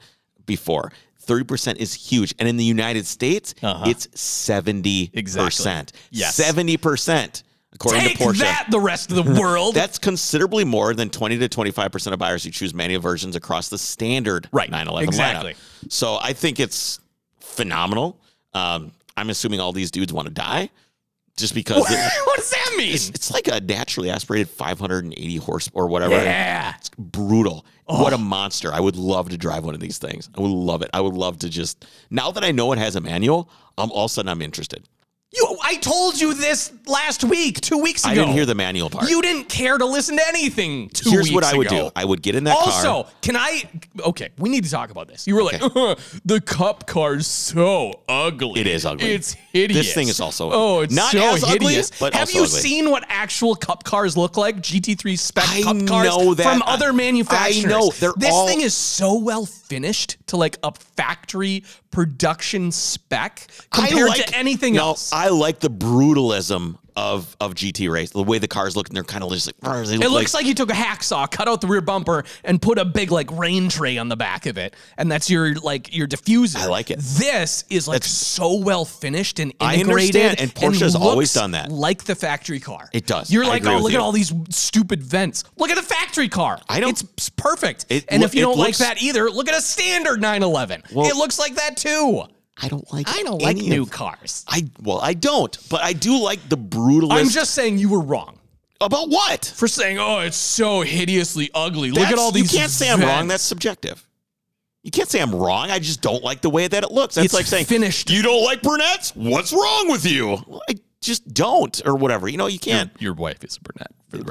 Speaker 1: before. Thirty percent is huge, and in the United States, it's seventy percent.
Speaker 2: Uh-huh. Exactly. Yes.
Speaker 1: seventy percent according
Speaker 2: Take
Speaker 1: to Porsche.
Speaker 2: that, the rest of the world.
Speaker 1: That's considerably more than 20 to 25% of buyers who choose manual versions across the standard
Speaker 2: Right.
Speaker 1: 911
Speaker 2: Exactly.
Speaker 1: lineup. So I think it's phenomenal. Um, I'm assuming all these dudes want to die just because
Speaker 2: what,
Speaker 1: it-
Speaker 2: does that mean?
Speaker 1: it's like a naturally aspirated 580 horse or whatever.
Speaker 2: Yeah.
Speaker 1: It's brutal. What a monster. I would love to drive one of these things. I would love it. I would love to just, now that I know it has a manual, I'm all of a sudden I'm interested.
Speaker 2: You, I told you this last week, two weeks ago.
Speaker 1: I didn't hear the manual part.
Speaker 2: You didn't care to listen to anything two
Speaker 1: Here's what
Speaker 2: weeks
Speaker 1: I would
Speaker 2: ago.
Speaker 1: do. I would get in that car.
Speaker 2: also, can I? Okay, we need to talk about this. You were like, the cup car's so ugly.
Speaker 1: It is ugly.
Speaker 2: It's hideous.
Speaker 1: This thing is also
Speaker 2: oh, it's
Speaker 1: not
Speaker 2: so
Speaker 1: as ugly,
Speaker 2: hideous.
Speaker 1: but
Speaker 2: Have
Speaker 1: also
Speaker 2: you
Speaker 1: ugly.
Speaker 2: seen what actual cup cars look like? GT3 spec cup cars
Speaker 1: know that.
Speaker 2: from
Speaker 1: I- I
Speaker 2: other manufacturers.
Speaker 1: know. They're
Speaker 2: this
Speaker 1: all-
Speaker 2: thing is so well finished to like a factory production spec compared to anything
Speaker 1: no,
Speaker 2: else.
Speaker 1: I like the brutalism of of GT race. The way the cars look, and they're kind of just like. "Brr," they look
Speaker 2: It looks like you took a hacksaw, cut out the rear bumper, and put a big like rain tray on the back of it, and that's your like your diffuser.
Speaker 1: I like it.
Speaker 2: This is like
Speaker 1: That's-
Speaker 2: so well finished and
Speaker 1: I
Speaker 2: integrated.
Speaker 1: understand, and Porsche has always
Speaker 2: looks
Speaker 1: done that.
Speaker 2: Like the factory car,
Speaker 1: It does.
Speaker 2: You're
Speaker 1: I
Speaker 2: like,
Speaker 1: agree
Speaker 2: oh,
Speaker 1: with
Speaker 2: look
Speaker 1: you.
Speaker 2: at all these stupid vents. Look at the factory car.
Speaker 1: I don't-
Speaker 2: It's s- perfect.
Speaker 1: It
Speaker 2: and
Speaker 1: loo-
Speaker 2: if you
Speaker 1: it
Speaker 2: don't
Speaker 1: looks-
Speaker 2: like that either, look at a standard 911.
Speaker 1: Well-
Speaker 2: it looks like that too.
Speaker 1: I don't like.
Speaker 2: I don't like
Speaker 1: any
Speaker 2: new
Speaker 1: of-
Speaker 2: cars.
Speaker 1: I well, I don't, but I do like the brutalism.
Speaker 2: I'm just saying you were wrong.
Speaker 1: about what?
Speaker 2: For saying, oh, it's so hideously ugly. Look at
Speaker 1: That's-
Speaker 2: all these.
Speaker 1: You can't say I'm wrong.
Speaker 2: vents."
Speaker 1: That's subjective. You can't say I'm wrong. I just don't like the way that it looks. That's
Speaker 2: It's
Speaker 1: like saying
Speaker 2: finished.
Speaker 1: You don't like brunettes? What's wrong with you? Well, I just don't, or whatever. You know, you can't.
Speaker 2: Your wife is a brunette, for the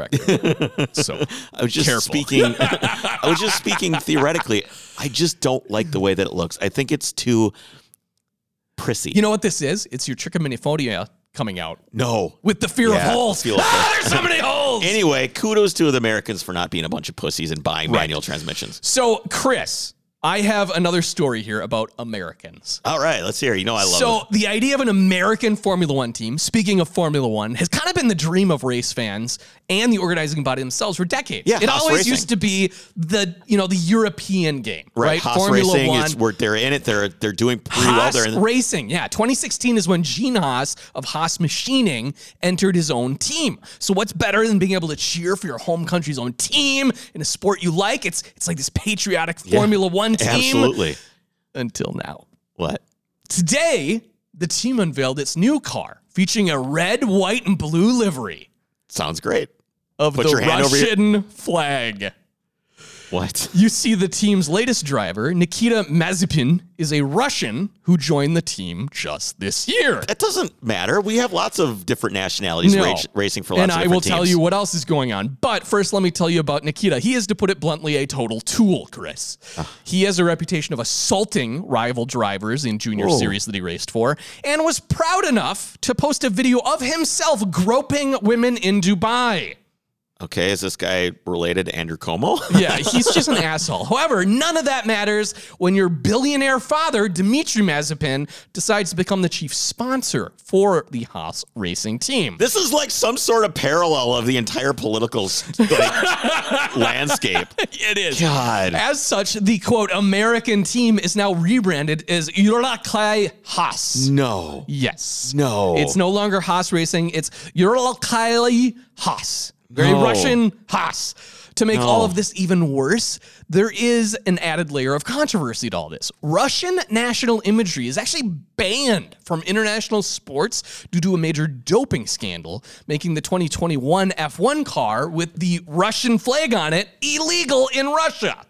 Speaker 2: record. so
Speaker 1: I was just
Speaker 2: Careful.
Speaker 1: speaking. I was just speaking theoretically. I just don't like the way that it looks. I think it's too prissy.
Speaker 2: you know what this is? It's your trichomonifonia coming out
Speaker 1: no.
Speaker 2: with the fear
Speaker 1: Yeah,
Speaker 2: of holes.
Speaker 1: feel it.
Speaker 2: ah, there's so many holes.
Speaker 1: Anyway, kudos to the Americans for not being a bunch of pussies and buying manual transmissions.
Speaker 2: so Chris, I have another story here about Americans.
Speaker 1: All right, let's hear. it. You know I love
Speaker 2: so
Speaker 1: it.
Speaker 2: the idea of an American Formula One team, speaking of Formula One, has kind of been the dream of race fans and the organizing body themselves for decades.
Speaker 1: Yeah,
Speaker 2: it
Speaker 1: Haas
Speaker 2: always
Speaker 1: Racing.
Speaker 2: used to be the you know the European game, right?
Speaker 1: Haas Racing is where they're in it. They're they're doing pretty well.
Speaker 2: Haas
Speaker 1: They're in the-
Speaker 2: Racing. Yeah. 2016 is when Gene Haas of Haas Machining entered his own team. So what's better than being able to cheer for your home country's own team in a sport you like? It's it's like this patriotic Formula 1 team
Speaker 1: absolutely.
Speaker 2: until now.
Speaker 1: What?
Speaker 2: Today, the team unveiled its new car featuring a red, white and blue livery
Speaker 1: Sounds great.
Speaker 2: of
Speaker 1: Put
Speaker 2: the
Speaker 1: your hand over your-
Speaker 2: Russian flag.
Speaker 1: What?
Speaker 2: You see, the team's latest driver, Nikita Mazepin, is a Russian who joined the team just this year.
Speaker 1: That doesn't matter. We have lots of different nationalities
Speaker 2: No.
Speaker 1: rac- racing for lots
Speaker 2: and
Speaker 1: of
Speaker 2: I
Speaker 1: different
Speaker 2: will tell
Speaker 1: teams.
Speaker 2: you what else is going on. But first, let me tell you about Nikita. He is, to put it bluntly, a total tool, Chris.
Speaker 1: Ah.
Speaker 2: He has a reputation of assaulting rival drivers in junior series that he raced for, and was proud enough to post a video of himself groping women in Dubai.
Speaker 1: Okay, is this guy related to Andrew Como?
Speaker 2: Yeah, he's just an asshole. However, none of that matters when your billionaire father, Dmitry Mazepin, decides to become the chief sponsor for the Haas racing team.
Speaker 1: this is like some sort of parallel of the entire political s- like, landscape.
Speaker 2: It is.
Speaker 1: God.
Speaker 2: As such, the quote American team is now rebranded as Uralkay
Speaker 1: Mm.
Speaker 2: Haas.
Speaker 1: No.
Speaker 2: Yes.
Speaker 1: No.
Speaker 2: It's no longer Haas Racing. It's Uralkay Haas. Very
Speaker 1: No.
Speaker 2: Russian Haas. To make all of this even worse, there is an added layer of controversy to all this. Russian national imagery is actually banned from international sports due to a major doping scandal, making the 2021 F1 car with the Russian flag on it illegal in Russia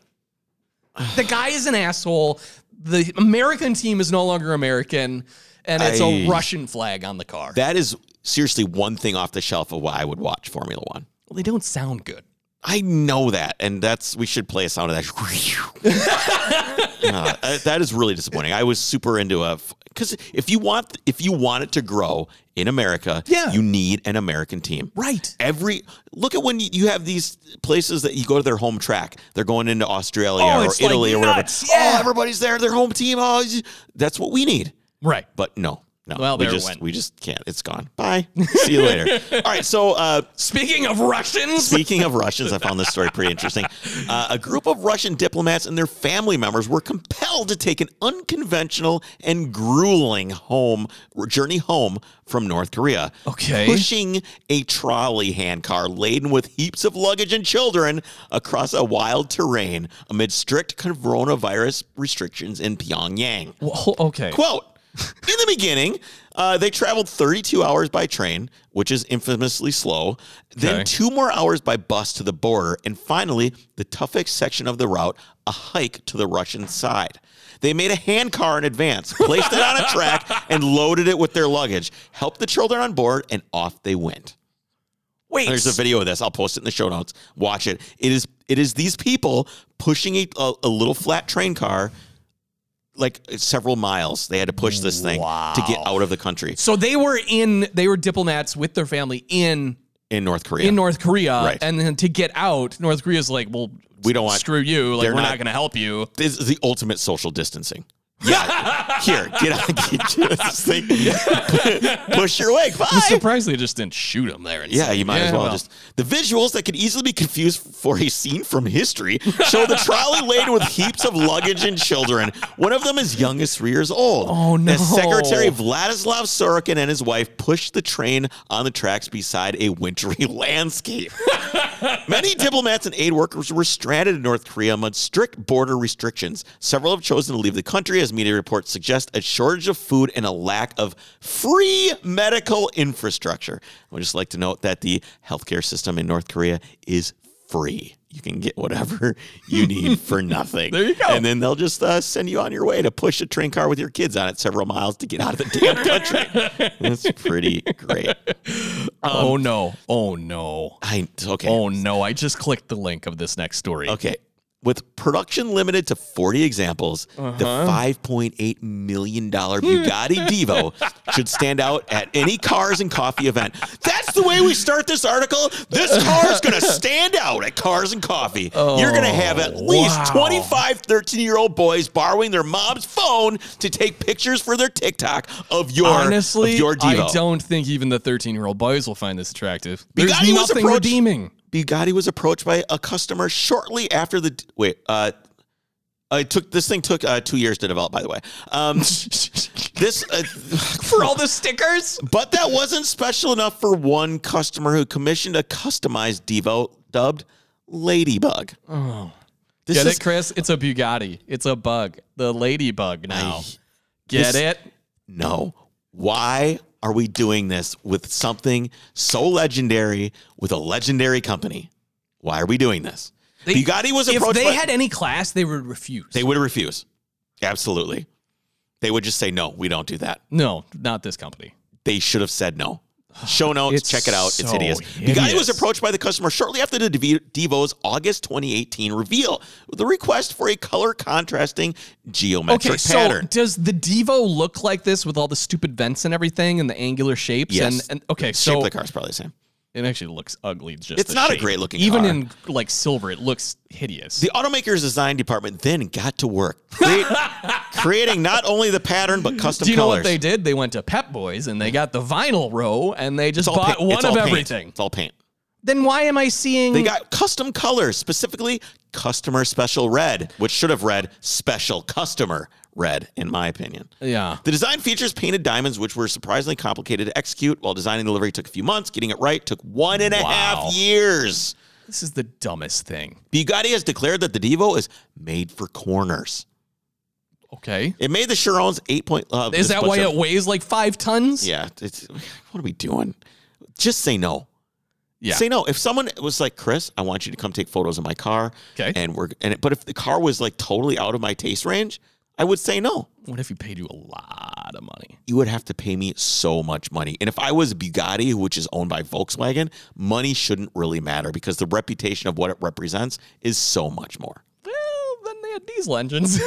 Speaker 2: the guy is an asshole. The American team is no longer American, and it's a
Speaker 1: I-
Speaker 2: Russian flag on the car.
Speaker 1: That is seriously one thing off the shelf of why I would watch Formula One.
Speaker 2: well, they don't sound good.
Speaker 1: I know that, and that's we should play a sound of that. Nah, uh, that is really disappointing. I was super into a because if you want if you want it to grow in America,
Speaker 2: Yeah.
Speaker 1: you need an American team.
Speaker 2: Right.
Speaker 1: Every look at when you- you have these places that you go to their home track. They're going into Australia
Speaker 2: Oh,
Speaker 1: or
Speaker 2: it's like
Speaker 1: Italy or whatever.
Speaker 2: nuts, yeah.
Speaker 1: Oh, everybody's there. Their home team. Oh, y- that's what we need.
Speaker 2: Right.
Speaker 1: But no, no.
Speaker 2: Well,
Speaker 1: we
Speaker 2: there it
Speaker 1: just
Speaker 2: went.
Speaker 1: we just can't. It's gone. Bye. See you later. All right. So. uh
Speaker 2: Speaking of Russians,
Speaker 1: Speaking of Russians, I found this story pretty interesting. Uh, a group of Russian diplomats and their family members were compelled to take an unconventional and grueling home journey home from North Korea.
Speaker 2: Okay.
Speaker 1: pushing a trolley handcar laden with heaps of luggage and children across a wild terrain amid strict coronavirus restrictions in Pyongyang.
Speaker 2: Well, okay.
Speaker 1: Quote In the beginning, uh, they traveled 32 hours by train, which is infamously slow, then
Speaker 2: Okay.
Speaker 1: two more hours by bus to the border, and finally, the toughest section of the route, a hike to the Russian side. They made a hand car in advance, placed it on a track, and loaded it with their luggage, helped the children on board, and off they went.
Speaker 2: Wait.
Speaker 1: There's a video of this. I'll post it in the show notes. Watch it. It is it is these people pushing a, a, a little flat train car like several miles. They had to push this thing to get out of the country
Speaker 2: so they were in. They were diplomats with their family in
Speaker 1: in North Korea.
Speaker 2: in North Korea,
Speaker 1: Right.
Speaker 2: and then to get out, North Korea's like, well,
Speaker 1: We don't want-
Speaker 2: screw you. Like
Speaker 1: they're
Speaker 2: we're not,
Speaker 1: not-
Speaker 2: going to help you.
Speaker 1: this is the ultimate social distancing. Yeah, here, get out, get you this thing. push your way.
Speaker 2: I'm
Speaker 1: Bye.
Speaker 2: surprised they just didn't shoot him there. and
Speaker 1: Yeah,
Speaker 2: say,
Speaker 1: you might as well, just the visuals that could easily be confused for a scene from history show the trolley laden with heaps of luggage and children. One of them is young as three years old.
Speaker 2: Oh, no.
Speaker 1: As Secretary Vladislav Sorokin and his wife pushed the train on the tracks beside a wintry landscape. Many diplomats and aid workers were stranded in North Korea amid strict border restrictions. Several have chosen to leave the country, as media reports suggest a shortage of food and a lack of free medical infrastructure. I would just like to note that the healthcare system in North Korea is free. You can get whatever you need for nothing.
Speaker 2: There you go.
Speaker 1: And then they'll just uh, send you on your way to push a train car with your kids on it several miles to get out of the damn country. That's pretty great.
Speaker 2: oh no! Oh no!
Speaker 1: I okay.
Speaker 2: Oh no! I just clicked the link of this next story.
Speaker 1: Okay. With production limited to 40 examples, the
Speaker 2: Uh-huh.
Speaker 1: $5.8 million Bugatti Devo should stand out at any Cars and Coffee event. That's the way we start this article. This car is going to stand out at Cars and Coffee. You're going to have at least
Speaker 2: Oh, wow.
Speaker 1: 25 13 year old boys borrowing their mom's phone to take pictures for their TikTok of your,
Speaker 2: Honestly,
Speaker 1: of your Devo.
Speaker 2: I don't think even the 13 year old boys will find this attractive. There's
Speaker 1: Bugatti was
Speaker 2: nothing
Speaker 1: approached-
Speaker 2: redeeming.
Speaker 1: Bugatti was approached by a customer shortly after the wait. Uh, I took this thing took uh, two years to develop, by the way. Um, this, uh,
Speaker 2: For all the stickers?
Speaker 1: but that wasn't special enough for one customer who commissioned a customized Devo dubbed Ladybug. Oh, this
Speaker 2: Get
Speaker 1: is
Speaker 2: it, Chris? It's a Bugatti. It's a bug. The ladybug now. Get
Speaker 1: this-
Speaker 2: it?
Speaker 1: no. Why are we doing this with something so legendary with a legendary company? Why are we doing this? Bugatti was
Speaker 2: If
Speaker 1: approached.
Speaker 2: they
Speaker 1: by-
Speaker 2: had any class, they would refuse.
Speaker 1: They would refuse. Absolutely. They would just say, no, we don't do that.
Speaker 2: no, not this company.
Speaker 1: They should have said no. Show notes,
Speaker 2: It's
Speaker 1: check it out. it's
Speaker 2: so
Speaker 1: hideous. Bugatti
Speaker 2: hideous.
Speaker 1: was approached by the customer shortly after the Dev- Devo's August 2018 reveal with a request for a color contrasting geometric
Speaker 2: Okay, so
Speaker 1: pattern.
Speaker 2: does the Devo look like this with all the stupid vents and everything and the angular shapes?
Speaker 1: Yes.
Speaker 2: And, and okay,
Speaker 1: Shape
Speaker 2: so
Speaker 1: of the car is probably the same.
Speaker 2: it actually looks ugly. Just
Speaker 1: It's
Speaker 2: the
Speaker 1: not a
Speaker 2: shape.
Speaker 1: great-looking
Speaker 2: Even
Speaker 1: car.
Speaker 2: in like silver, it looks hideous.
Speaker 1: The automaker's design department then got to work, create- creating not only the pattern but custom
Speaker 2: Do you know
Speaker 1: colors.
Speaker 2: what they did? They went to Pep Boys and they got the vinyl row and they just
Speaker 1: It's all
Speaker 2: bought
Speaker 1: paint- it's
Speaker 2: one
Speaker 1: all
Speaker 2: of
Speaker 1: paint.
Speaker 2: everything.
Speaker 1: It's all paint.
Speaker 2: Then why am I seeing?
Speaker 1: They got custom colors, specifically customer special red, which should have read special customer red, in my opinion.
Speaker 2: yeah.
Speaker 1: The design features painted diamonds, which were surprisingly complicated to execute. While designing the livery took a few months, getting it right took one and a half
Speaker 2: Wow.
Speaker 1: years.
Speaker 2: This is the dumbest thing.
Speaker 1: Bugatti has declared that the Devo is made for corners.
Speaker 2: Okay.
Speaker 1: It made the Chiron's eight point. Uh,
Speaker 2: Is that
Speaker 1: bunch
Speaker 2: why
Speaker 1: of-
Speaker 2: it weighs like five tons?
Speaker 1: Yeah, it's, what are we doing? Just say no.
Speaker 2: Yeah.
Speaker 1: Say no. If someone was like, Chris, I want you to come take photos of my car.
Speaker 2: Okay.
Speaker 1: And we're and it, but if the car was like totally out of my taste range, I would say no.
Speaker 2: What if he paid you a lot of money?
Speaker 1: You would have to pay me so much money. And if I was Bugatti, which is owned by Volkswagen, money shouldn't really matter because the reputation of what it represents is so much more.
Speaker 2: Well, then they had diesel engines.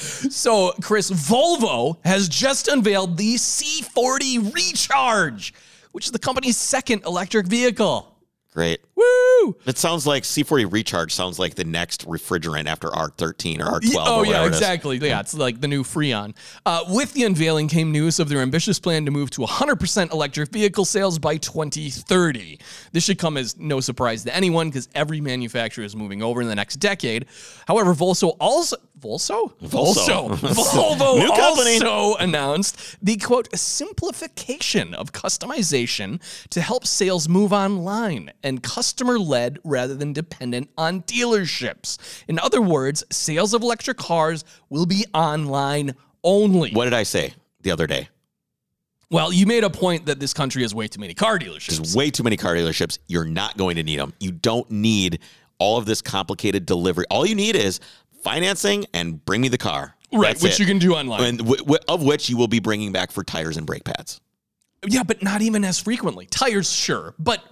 Speaker 2: So, Chris, Volvo has just unveiled the C40 Recharge, which is the company's second electric vehicle.
Speaker 1: Great.
Speaker 2: Woo!
Speaker 1: It sounds like C40 Recharge sounds like the next refrigerant after R13 or R12.
Speaker 2: Ye-
Speaker 1: or
Speaker 2: oh yeah,
Speaker 1: whatever it is.
Speaker 2: exactly.
Speaker 1: Hmm.
Speaker 2: Yeah, it's like the new Freon. Uh, with the unveiling came news of their ambitious plan to move to 100% electric vehicle sales by 2030. This should come as no surprise to anyone because every manufacturer is moving over in the next decade. However, Volvo also Volvo
Speaker 1: Volso.
Speaker 2: Volvo
Speaker 1: New company.
Speaker 2: also announced the quote simplification of customization to help sales move online and customer led rather than dependent on dealerships. In other words, sales of electric cars will be online only.
Speaker 1: What did I say the other day?
Speaker 2: Well, you made a point that this country has way too many car dealerships.
Speaker 1: There's way too many car dealerships. You're not going to need them. You don't need all of this complicated delivery. All you need is financing and bring me the car.
Speaker 2: Right,
Speaker 1: That's
Speaker 2: which
Speaker 1: it.
Speaker 2: you can do online.
Speaker 1: and w- w- of which you will be bringing back for tires and brake pads.
Speaker 2: yeah, but not even as frequently. Tires, sure, but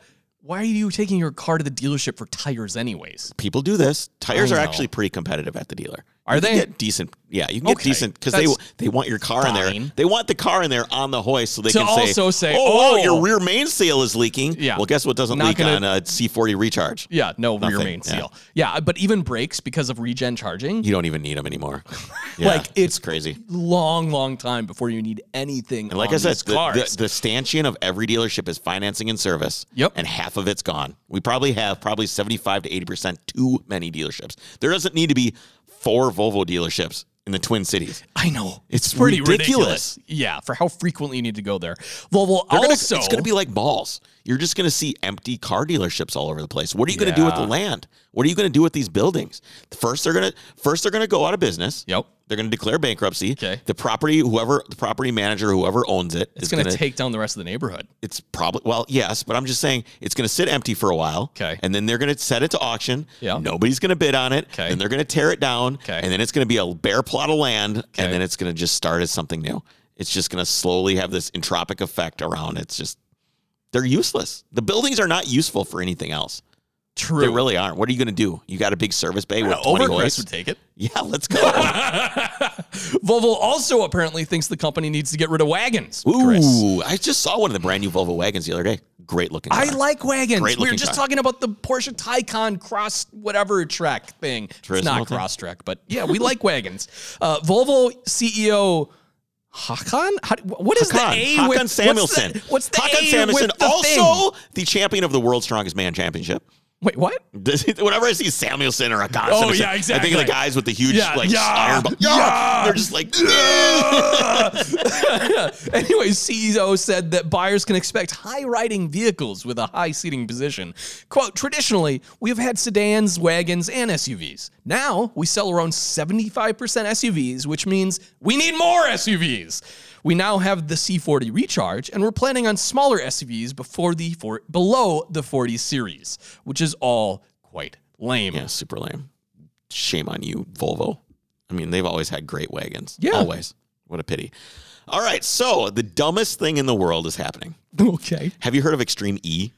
Speaker 2: why are you taking your car to the dealership for tires, anyways?
Speaker 1: People do this. Tires
Speaker 2: I
Speaker 1: are
Speaker 2: know.
Speaker 1: actually pretty competitive at the dealer.
Speaker 2: Are
Speaker 1: You can
Speaker 2: they?
Speaker 1: get decent? Yeah, you can get
Speaker 2: Okay,
Speaker 1: decent because they
Speaker 2: that's
Speaker 1: they want your car in
Speaker 2: fine.
Speaker 1: there. They want the car in there on the hoist so they
Speaker 2: To
Speaker 1: can
Speaker 2: also say,
Speaker 1: oh, wow,
Speaker 2: oh."
Speaker 1: your rear main seal is leaking."
Speaker 2: Yeah.
Speaker 1: Well, guess what doesn't
Speaker 2: Not
Speaker 1: leak
Speaker 2: gonna-
Speaker 1: on a C40 Recharge?
Speaker 2: Yeah, no rear
Speaker 1: Nothing,
Speaker 2: main
Speaker 1: yeah.
Speaker 2: seal. Yeah. but even brakes because of regen charging,
Speaker 1: You don't even need them anymore. Yeah,
Speaker 2: Like, it's-
Speaker 1: crazy.
Speaker 2: long, long time before you need anything.
Speaker 1: And like
Speaker 2: on
Speaker 1: I said,
Speaker 2: these
Speaker 1: the,
Speaker 2: cars.
Speaker 1: the, the stanchion of every dealership is financing and service.
Speaker 2: Yep.
Speaker 1: And half of it's gone. We probably have probably 75 to 80% too many dealerships. There doesn't need to be four Volvo dealerships in the Twin Cities.
Speaker 2: I know
Speaker 1: It's ridiculous.
Speaker 2: Yeah, for how frequently you need to go there. Volvo
Speaker 1: They're gonna-
Speaker 2: also
Speaker 1: it's going to be like malls. You're just going to see empty car dealerships all over the place. What are you going to do with the
Speaker 2: Yeah.
Speaker 1: land? What are you going to do with these buildings? First, they're going to first they're going to go out of business.
Speaker 2: Yep.
Speaker 1: They're going to declare bankruptcy.
Speaker 2: Okay.
Speaker 1: The property, whoever the property manager, whoever owns it,
Speaker 2: it's
Speaker 1: is
Speaker 2: going
Speaker 1: gonna-
Speaker 2: to take down the rest of the neighborhood.
Speaker 1: it's probably well, yes, but I'm just saying it's going to sit empty for a while.
Speaker 2: Okay.
Speaker 1: and then they're going to set it to auction.
Speaker 2: Yeah.
Speaker 1: nobody's going to bid on it.
Speaker 2: Okay.
Speaker 1: and they're going to tear it down.
Speaker 2: Okay.
Speaker 1: and then it's going to be a bare plot of land,
Speaker 2: Okay.
Speaker 1: and then it's going to just start as something new. It's just going to slowly have this entropic effect around. It's just they're useless. The buildings are not useful for anything else.
Speaker 2: True.
Speaker 1: They really aren't. What are you going to do? You got a big service bay with 20
Speaker 2: Overcrest
Speaker 1: hoys?
Speaker 2: would take it.
Speaker 1: Yeah, let's go.
Speaker 2: Volvo also apparently thinks the company needs to get rid of wagons. Chris.
Speaker 1: Ooh, I just saw one of the brand new Volvo wagons the other day. Great looking.
Speaker 2: I
Speaker 1: car.
Speaker 2: like wagons.
Speaker 1: Great
Speaker 2: we were
Speaker 1: looking
Speaker 2: just
Speaker 1: car.
Speaker 2: talking about the Porsche Taycan cross whatever track thing. it's
Speaker 1: Turismo
Speaker 2: not
Speaker 1: thing?
Speaker 2: cross track, but yeah, we like wagons. Uh, Volvo CEO Hakan, How- what is
Speaker 1: Hakan,
Speaker 2: the A
Speaker 1: Hakan
Speaker 2: with what's the-
Speaker 1: Samuelson.
Speaker 2: What's the,
Speaker 1: Hakan
Speaker 2: A
Speaker 1: Samuelson,
Speaker 2: with the
Speaker 1: also
Speaker 2: thing?
Speaker 1: the champion of the World's Strongest Man Championship.
Speaker 2: Wait, what?
Speaker 1: Does it- Whenever I see Samuelson or Hakan,
Speaker 2: Oh,
Speaker 1: Samuelson,
Speaker 2: yeah,
Speaker 1: I
Speaker 2: exactly.
Speaker 1: think of the guys with the huge
Speaker 2: Yeah,
Speaker 1: like
Speaker 2: yeah,
Speaker 1: iron. bu- Yeah,
Speaker 2: yeah.
Speaker 1: they're just like.
Speaker 2: Anyway, CEO said that buyers can expect high riding vehicles with a high seating position. Quote, traditionally, we have had sedans, wagons, and SUVs. Now we sell around 75% SUVs, which means we need more SUVs. We now have the C40 Recharge, and we're planning on smaller SUVs before the four, below the 40 series, which is all quite lame.
Speaker 1: yeah, super lame. Shame on you, Volvo. I mean, they've always had great wagons.
Speaker 2: Yeah.
Speaker 1: always. What a pity. All right, so the dumbest thing in the world is happening.
Speaker 2: Okay.
Speaker 1: Have you heard of Extreme E?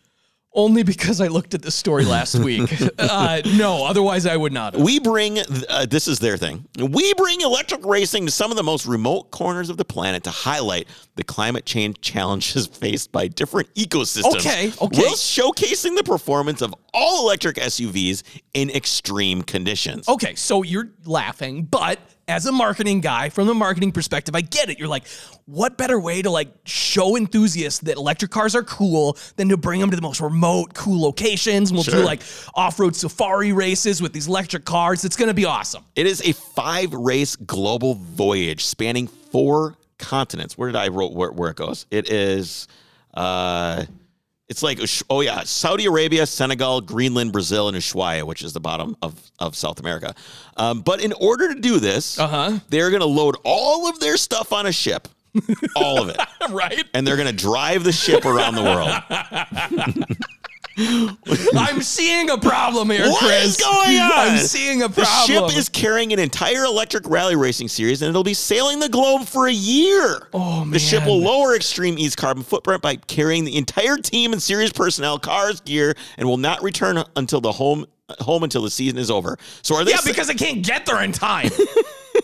Speaker 2: Only because I looked at this story last week. uh, no, otherwise I would not. have.
Speaker 1: We bring, uh, this is their thing. We bring electric racing to some of the most remote corners of the planet to highlight the climate change challenges faced by different ecosystems.
Speaker 2: Okay, okay.
Speaker 1: While showcasing the performance of all electric SUVs in extreme conditions.
Speaker 2: Okay, so you're laughing, but as a marketing guy, from the marketing perspective, I get it. You're like, what better way to like show enthusiasts that electric cars are cool than to bring them to the most remote, cool locations? And we'll do
Speaker 1: Sure.
Speaker 2: like off-road safari races with these electric cars. It's gonna be awesome.
Speaker 1: It is a five race global voyage spanning four continents. Where did I wrote where, where it goes? It is, uh, it's like oh yeah, Saudi Arabia, Senegal, Greenland, Brazil, and Ushuaia, which is the bottom of of South America. Um, but in order to do this,
Speaker 2: Uh-huh.
Speaker 1: they're going to load all of their stuff on a ship, all of it,
Speaker 2: Right?
Speaker 1: and they're going to drive the ship around the world.
Speaker 2: I'm seeing a problem here,
Speaker 1: What
Speaker 2: Chris.
Speaker 1: is going on?
Speaker 2: I'm seeing a
Speaker 1: The
Speaker 2: problem.
Speaker 1: ship is carrying an entire electric rally racing series, and it'll be sailing the globe for a year. Oh man! The ship will lower Extreme E's carbon footprint by carrying the entire team and series personnel, cars, gear, and will not return until the home home until the season is over. So are they?
Speaker 2: yeah, because I can't get there in time.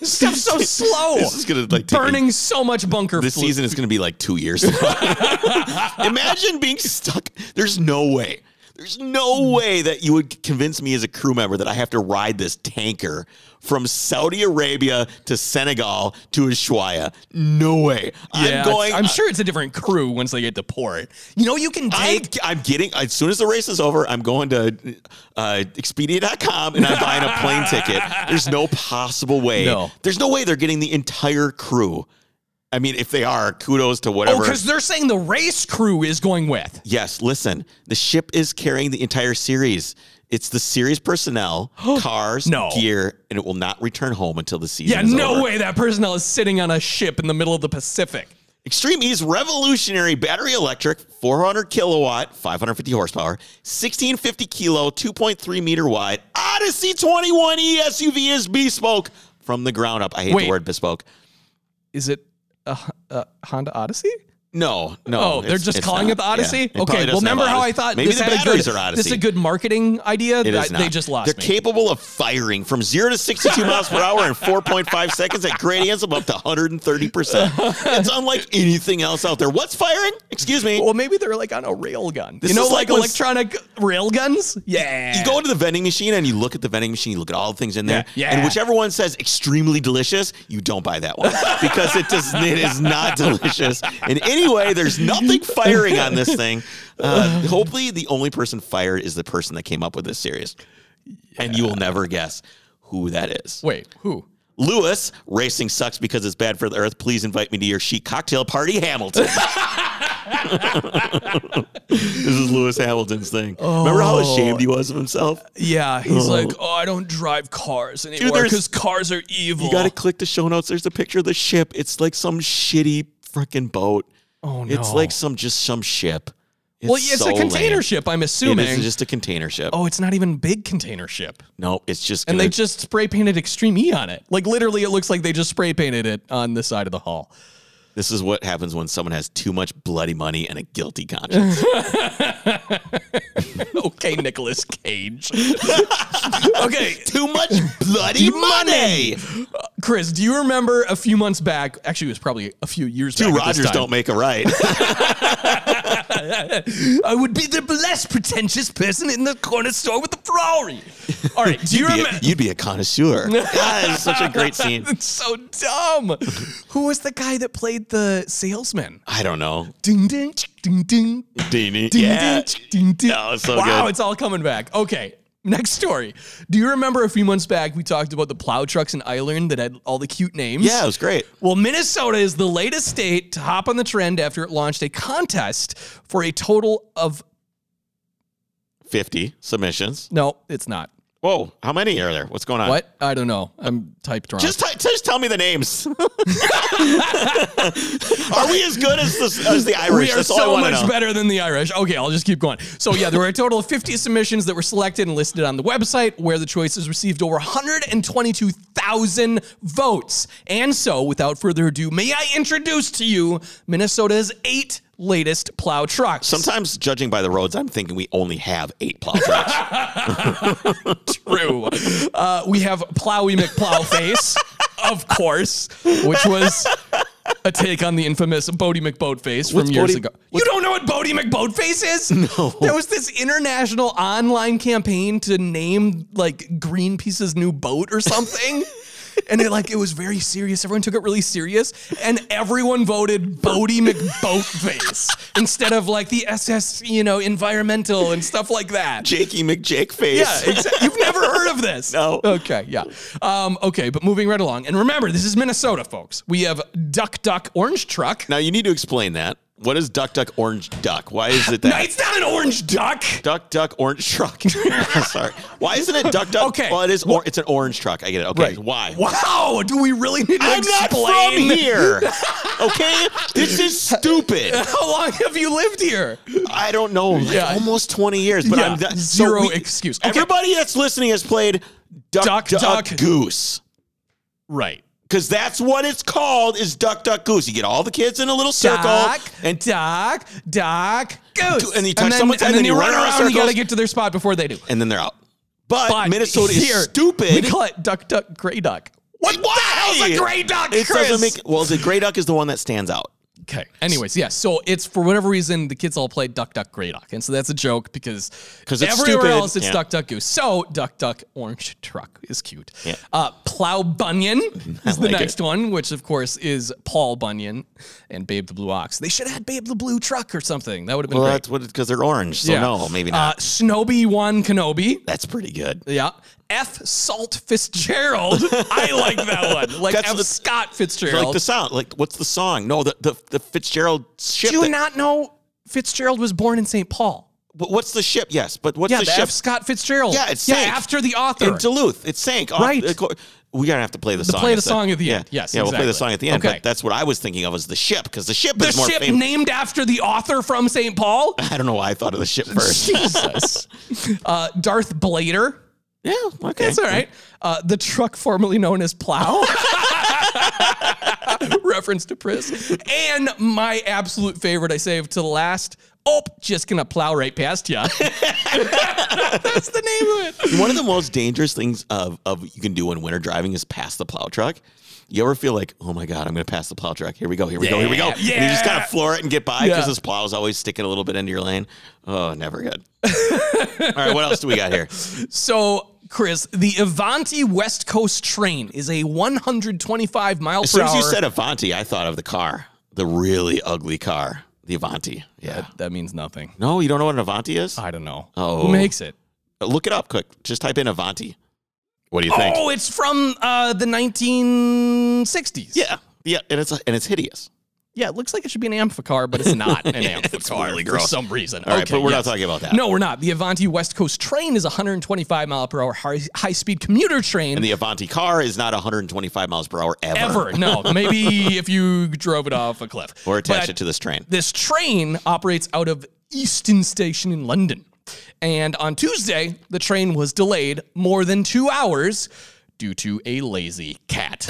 Speaker 2: This Stuff's so slow.
Speaker 1: this is gonna like take
Speaker 2: burning so much bunker
Speaker 1: This
Speaker 2: fuel.
Speaker 1: season is going to be like two years. Imagine being stuck. There's no way. There's no way that you would convince me as a crew member that I have to ride this tanker from Saudi Arabia to Senegal to Ushuaia. No way.
Speaker 2: Yeah,
Speaker 1: I'm going.
Speaker 2: I'm sure it's a different crew once they get to port. You know, you can
Speaker 1: I'm,
Speaker 2: take.
Speaker 1: I'm getting as soon as the race is over, I'm going to uh, Expedia.com and I'm buying a plane ticket. There's no possible way.
Speaker 2: No.
Speaker 1: There's no way they're getting the entire crew. I mean, if they are, kudos to
Speaker 2: Oh,
Speaker 1: whatever.
Speaker 2: because they're saying the race crew is going with.
Speaker 1: Yes, listen. The ship is carrying the entire series. It's the series personnel, cars,
Speaker 2: No.
Speaker 1: gear, and it will not return home until the season.
Speaker 2: Yeah,
Speaker 1: is
Speaker 2: no
Speaker 1: over.
Speaker 2: way that personnel is sitting on a ship in the middle of the Pacific.
Speaker 1: Extreme E's revolutionary battery electric, 400 kilowatt, 550 horsepower, 1650 kilo, 2.3 meter wide Odyssey E 21e SUV is bespoke from the ground up. I hate
Speaker 2: Wait.
Speaker 1: the word bespoke.
Speaker 2: Is it a, H- a Honda Odyssey?
Speaker 1: No, no.
Speaker 2: Oh, they're
Speaker 1: it's-
Speaker 2: just
Speaker 1: it's
Speaker 2: calling
Speaker 1: not.
Speaker 2: it the Odyssey.
Speaker 1: Yeah, it probably
Speaker 2: okay,
Speaker 1: doesn't
Speaker 2: well, remember
Speaker 1: have
Speaker 2: how I
Speaker 1: Odyssey.
Speaker 2: thought
Speaker 1: Maybe
Speaker 2: this
Speaker 1: the
Speaker 2: had a
Speaker 1: batteries
Speaker 2: good,
Speaker 1: are Odyssey.
Speaker 2: This is a good marketing idea.
Speaker 1: It
Speaker 2: I-
Speaker 1: is not.
Speaker 2: They just lost
Speaker 1: They're
Speaker 2: me.
Speaker 1: capable of firing from zero to 62 miles per hour in 4.5 seconds at gradients of up to 130 percent. It's unlike anything else out there. What's firing? Excuse me.
Speaker 2: well, maybe they're like on a rail gun.
Speaker 1: This
Speaker 2: you know,
Speaker 1: is
Speaker 2: like,
Speaker 1: like when s-
Speaker 2: electronic rail guns? Yeah.
Speaker 1: You go to the vending machine and you look at the vending machine. You look at all the things in there,
Speaker 2: Yeah, yeah.
Speaker 1: and whichever one says "extremely delicious," you don't buy that one because it does. It is not delicious in any way. There's nothing firing on this thing. Uh, hopefully, the only person fired is the person that came up with this series, and you will never guess who that is.
Speaker 2: Wait, who?
Speaker 1: Lewis, racing sucks because it's bad for the earth. Please invite me to your chic cocktail party, Hamilton. this is Lewis Hamilton's thing. Remember how ashamed he was of himself?
Speaker 2: Yeah, he's like, oh, I don't drive cars anymore
Speaker 1: there's-
Speaker 2: because cars are evil.
Speaker 1: You got to click the show notes. There's a picture of the ship. It's like some shitty freaking boat.
Speaker 2: Oh,
Speaker 1: It's
Speaker 2: no.
Speaker 1: like some just some ship. It's
Speaker 2: well, it's
Speaker 1: so
Speaker 2: a container
Speaker 1: lame.
Speaker 2: ship, I'm
Speaker 1: It
Speaker 2: assuming.
Speaker 1: is just a container ship.
Speaker 2: oh, it's not even big container ship.
Speaker 1: No, it's just
Speaker 2: And
Speaker 1: gonna-
Speaker 2: they just spray painted Extreme E on it. Like literally, it looks like they just spray painted it on the side of the hull.
Speaker 1: This is what happens when someone has too much bloody money and a guilty conscience.
Speaker 2: okay, Nicolas Cage. okay,
Speaker 1: too much bloody money.
Speaker 2: Chris, do you remember a few months back? Actually, it was probably a few years
Speaker 1: Two
Speaker 2: back. at this
Speaker 1: Rogers
Speaker 2: time,
Speaker 1: don't make a right.
Speaker 2: I would be the less pretentious person in the corner store with the Ferrari. All right, do you
Speaker 1: Be a-
Speaker 2: remember?
Speaker 1: you'd be a connoisseur. God, it's such a great scene.
Speaker 2: It's so dumb. Who was the guy that played the salesman?
Speaker 1: I don't know.
Speaker 2: Ding ding ch- ding ding
Speaker 1: Ding, ding,
Speaker 2: ding
Speaker 1: yeah.
Speaker 2: ding ch- ding ding.
Speaker 1: No, it's so
Speaker 2: wow,
Speaker 1: good.
Speaker 2: it's all coming back. Okay. Next story. Do you remember a few months back we talked about the plow trucks in Ireland that had all the cute names?
Speaker 1: Yeah, it was great.
Speaker 2: Well, Minnesota is the latest state to hop on the trend after it launched a contest for a total of
Speaker 1: 50 submissions.
Speaker 2: no, it's not.
Speaker 1: Whoa, how many are there? What's going on?
Speaker 2: What? I don't know. I'm typed wrong.
Speaker 1: Just, t- just tell me the names. are we as good as the, as the Irish?
Speaker 2: We are
Speaker 1: That's all I
Speaker 2: so
Speaker 1: want to
Speaker 2: much
Speaker 1: know.
Speaker 2: better than the Irish. Okay, I'll just keep going. So yeah, there were a total of 50 submissions that were selected and listed on the website, where the choices received over 122,000 votes. And so, without further ado, may I introduce to you Minnesota's eight latest plow trucks.
Speaker 1: Sometimes, judging by the roads, I'm thinking we only have eight plow trucks.
Speaker 2: True. Uh, we have Plowy McPlowface, of course, which was a take on the infamous Bodie McBoatface from
Speaker 1: What's
Speaker 2: years
Speaker 1: Bodie-
Speaker 2: ago. You don't know what Bodie McBoatface is? No. There was this international online campaign to name like Greenpeace's new boat or something. And it like it was very serious. Everyone took it really serious, and everyone voted Bodie McBoatface instead of like the SS, you know, environmental and stuff like that.
Speaker 1: Jakey McJake face.
Speaker 2: Yeah, exactly. You've never heard of this.
Speaker 1: No.
Speaker 2: Okay, yeah. Um, okay, but moving right along. And remember, this is Minnesota, folks. We have Duck Duck Orange Truck.
Speaker 1: Now you need to explain that. What is Duck Duck Orange Duck? Why is it
Speaker 2: No,
Speaker 1: that?
Speaker 2: it's not an orange duck.
Speaker 1: Duck Duck Orange Truck. Sorry. Why isn't it Duck Duck?
Speaker 2: Okay.
Speaker 1: Well, it is. Or, it's an orange truck. I get it. Okay.
Speaker 2: Right.
Speaker 1: Why?
Speaker 2: Wow, do we really need to
Speaker 1: I'm not
Speaker 2: explain?
Speaker 1: from here. Okay. this is stupid.
Speaker 2: How long have you lived here?
Speaker 1: I don't know. Like
Speaker 2: Yeah.
Speaker 1: Almost 20 years, but
Speaker 2: Yeah,
Speaker 1: I'm that,
Speaker 2: zero excuse. Okay.
Speaker 1: Everybody that's listening has played Duck
Speaker 2: Duck,
Speaker 1: Duck,
Speaker 2: Duck.
Speaker 1: Goose.
Speaker 2: Right.
Speaker 1: Because that's what it's called is Duck Duck Goose. You get all the kids in a little circle
Speaker 2: Duck,
Speaker 1: and
Speaker 2: duck, duck, goose.
Speaker 1: And you touch
Speaker 2: then,
Speaker 1: someone's head
Speaker 2: and then
Speaker 1: and
Speaker 2: you run around. and You
Speaker 1: circles.
Speaker 2: gotta get to their spot before they do.
Speaker 1: and then they're out. But,
Speaker 2: But
Speaker 1: Minnesota
Speaker 2: here,
Speaker 1: is stupid.
Speaker 2: We call it duck, duck, gray duck. What the hell's a gray duck?
Speaker 1: It
Speaker 2: Chris?
Speaker 1: doesn't make well. The gray duck is the one that stands out.
Speaker 2: Okay. Anyways, yes. so it's for whatever reason the kids all play Duck Duck Grey Duck, and so that's a joke because
Speaker 1: 'Cause it's
Speaker 2: everywhere
Speaker 1: stupid.
Speaker 2: else it's
Speaker 1: Yeah.
Speaker 2: Duck Duck Goose. So Duck Duck Orange Truck is cute.
Speaker 1: Yeah.
Speaker 2: Uh, Plow Bunyan is the
Speaker 1: like it.
Speaker 2: next one, which of course is Paul Bunyan and Babe the Blue Ox. They should have had Babe the Blue Truck or something. That would have been
Speaker 1: Well,
Speaker 2: great.
Speaker 1: that's what because they're orange. So
Speaker 2: Yeah.
Speaker 1: no, maybe
Speaker 2: Uh,
Speaker 1: not.
Speaker 2: Snowy One Kenobi.
Speaker 1: that's pretty good.
Speaker 2: Yeah. F. Salt Fitzgerald. I like that one. Like
Speaker 1: That's
Speaker 2: F.
Speaker 1: the-
Speaker 2: Scott Fitzgerald.
Speaker 1: Like the sound. Like what's the song? No, the the, the Fitzgerald ship.
Speaker 2: Do you
Speaker 1: that-
Speaker 2: not know Fitzgerald was born in St. Paul?
Speaker 1: wh- what's the ship? Yes, but what's
Speaker 2: Yeah,
Speaker 1: the
Speaker 2: the
Speaker 1: ship?
Speaker 2: F. Scott Fitzgerald.
Speaker 1: Yeah, it's
Speaker 2: yeah,
Speaker 1: sank.
Speaker 2: after the author.
Speaker 1: in Duluth. It sank. off-
Speaker 2: Right.
Speaker 1: of course- we gotta have to play the song.
Speaker 2: play the
Speaker 1: instead.
Speaker 2: song at the
Speaker 1: yeah.
Speaker 2: end. Yes,
Speaker 1: Yeah, we'll play the
Speaker 2: exactly.
Speaker 1: song at the end.
Speaker 2: Okay.
Speaker 1: But that's what I was thinking of as the ship because the ship
Speaker 2: the
Speaker 1: is more
Speaker 2: ship
Speaker 1: famous.
Speaker 2: named after the author from St. Paul.
Speaker 1: I don't know why I thought of the ship first.
Speaker 2: Jesus. Uh, Darth Blader.
Speaker 1: yeah. Okay.
Speaker 2: That's all right. Uh, the truck formerly known as Plow. Reference to Pris. And my absolute favorite I saved to the last. Oh, just gonna plow right past ya. That's the name of it.
Speaker 1: One of the most dangerous things of, of you can do when winter driving is pass the plow truck. You ever feel like, oh my god, I'm going to pass the plow truck? Here we go, here we go, here we go. And you just kind
Speaker 2: yeah.
Speaker 1: of floor it and get by because
Speaker 2: Yeah.
Speaker 1: this plow is always sticking a little bit into your lane. Oh, never good. All right, what else do we got here?
Speaker 2: So, Chris, the Avanti West Coast train is a 125 mile
Speaker 1: As
Speaker 2: per
Speaker 1: soon
Speaker 2: hour.
Speaker 1: as you said Avanti, I thought of the car, the really ugly car, the Avanti. Yeah.
Speaker 2: that means nothing.
Speaker 1: No, you don't know what an Avanti is?
Speaker 2: I don't know.
Speaker 1: Oh.
Speaker 2: Who makes it?
Speaker 1: Look it up quick. Just type in Avanti. What do you think?
Speaker 2: Oh, it's from uh, the 1960s.
Speaker 1: Yeah, yeah, and it's and it's hideous.
Speaker 2: Yeah, it looks like it should be an Amphicar, but it's not an Amphicar
Speaker 1: It's really
Speaker 2: for
Speaker 1: gross.
Speaker 2: some reason.
Speaker 1: All right,
Speaker 2: Okay,
Speaker 1: but we're
Speaker 2: yes.
Speaker 1: not talking about that.
Speaker 2: No, we're not. The Avanti West Coast train is a 125 mile per hour high high speed commuter train.
Speaker 1: And the Avanti car is not 125 miles per hour ever.
Speaker 2: ever. No, maybe if you drove it off a cliff
Speaker 1: Or attach
Speaker 2: But
Speaker 1: it to this train.
Speaker 2: This train operates out of Euston Station in London. And on Tuesday, the train was delayed more than two hours due to a lazy cat.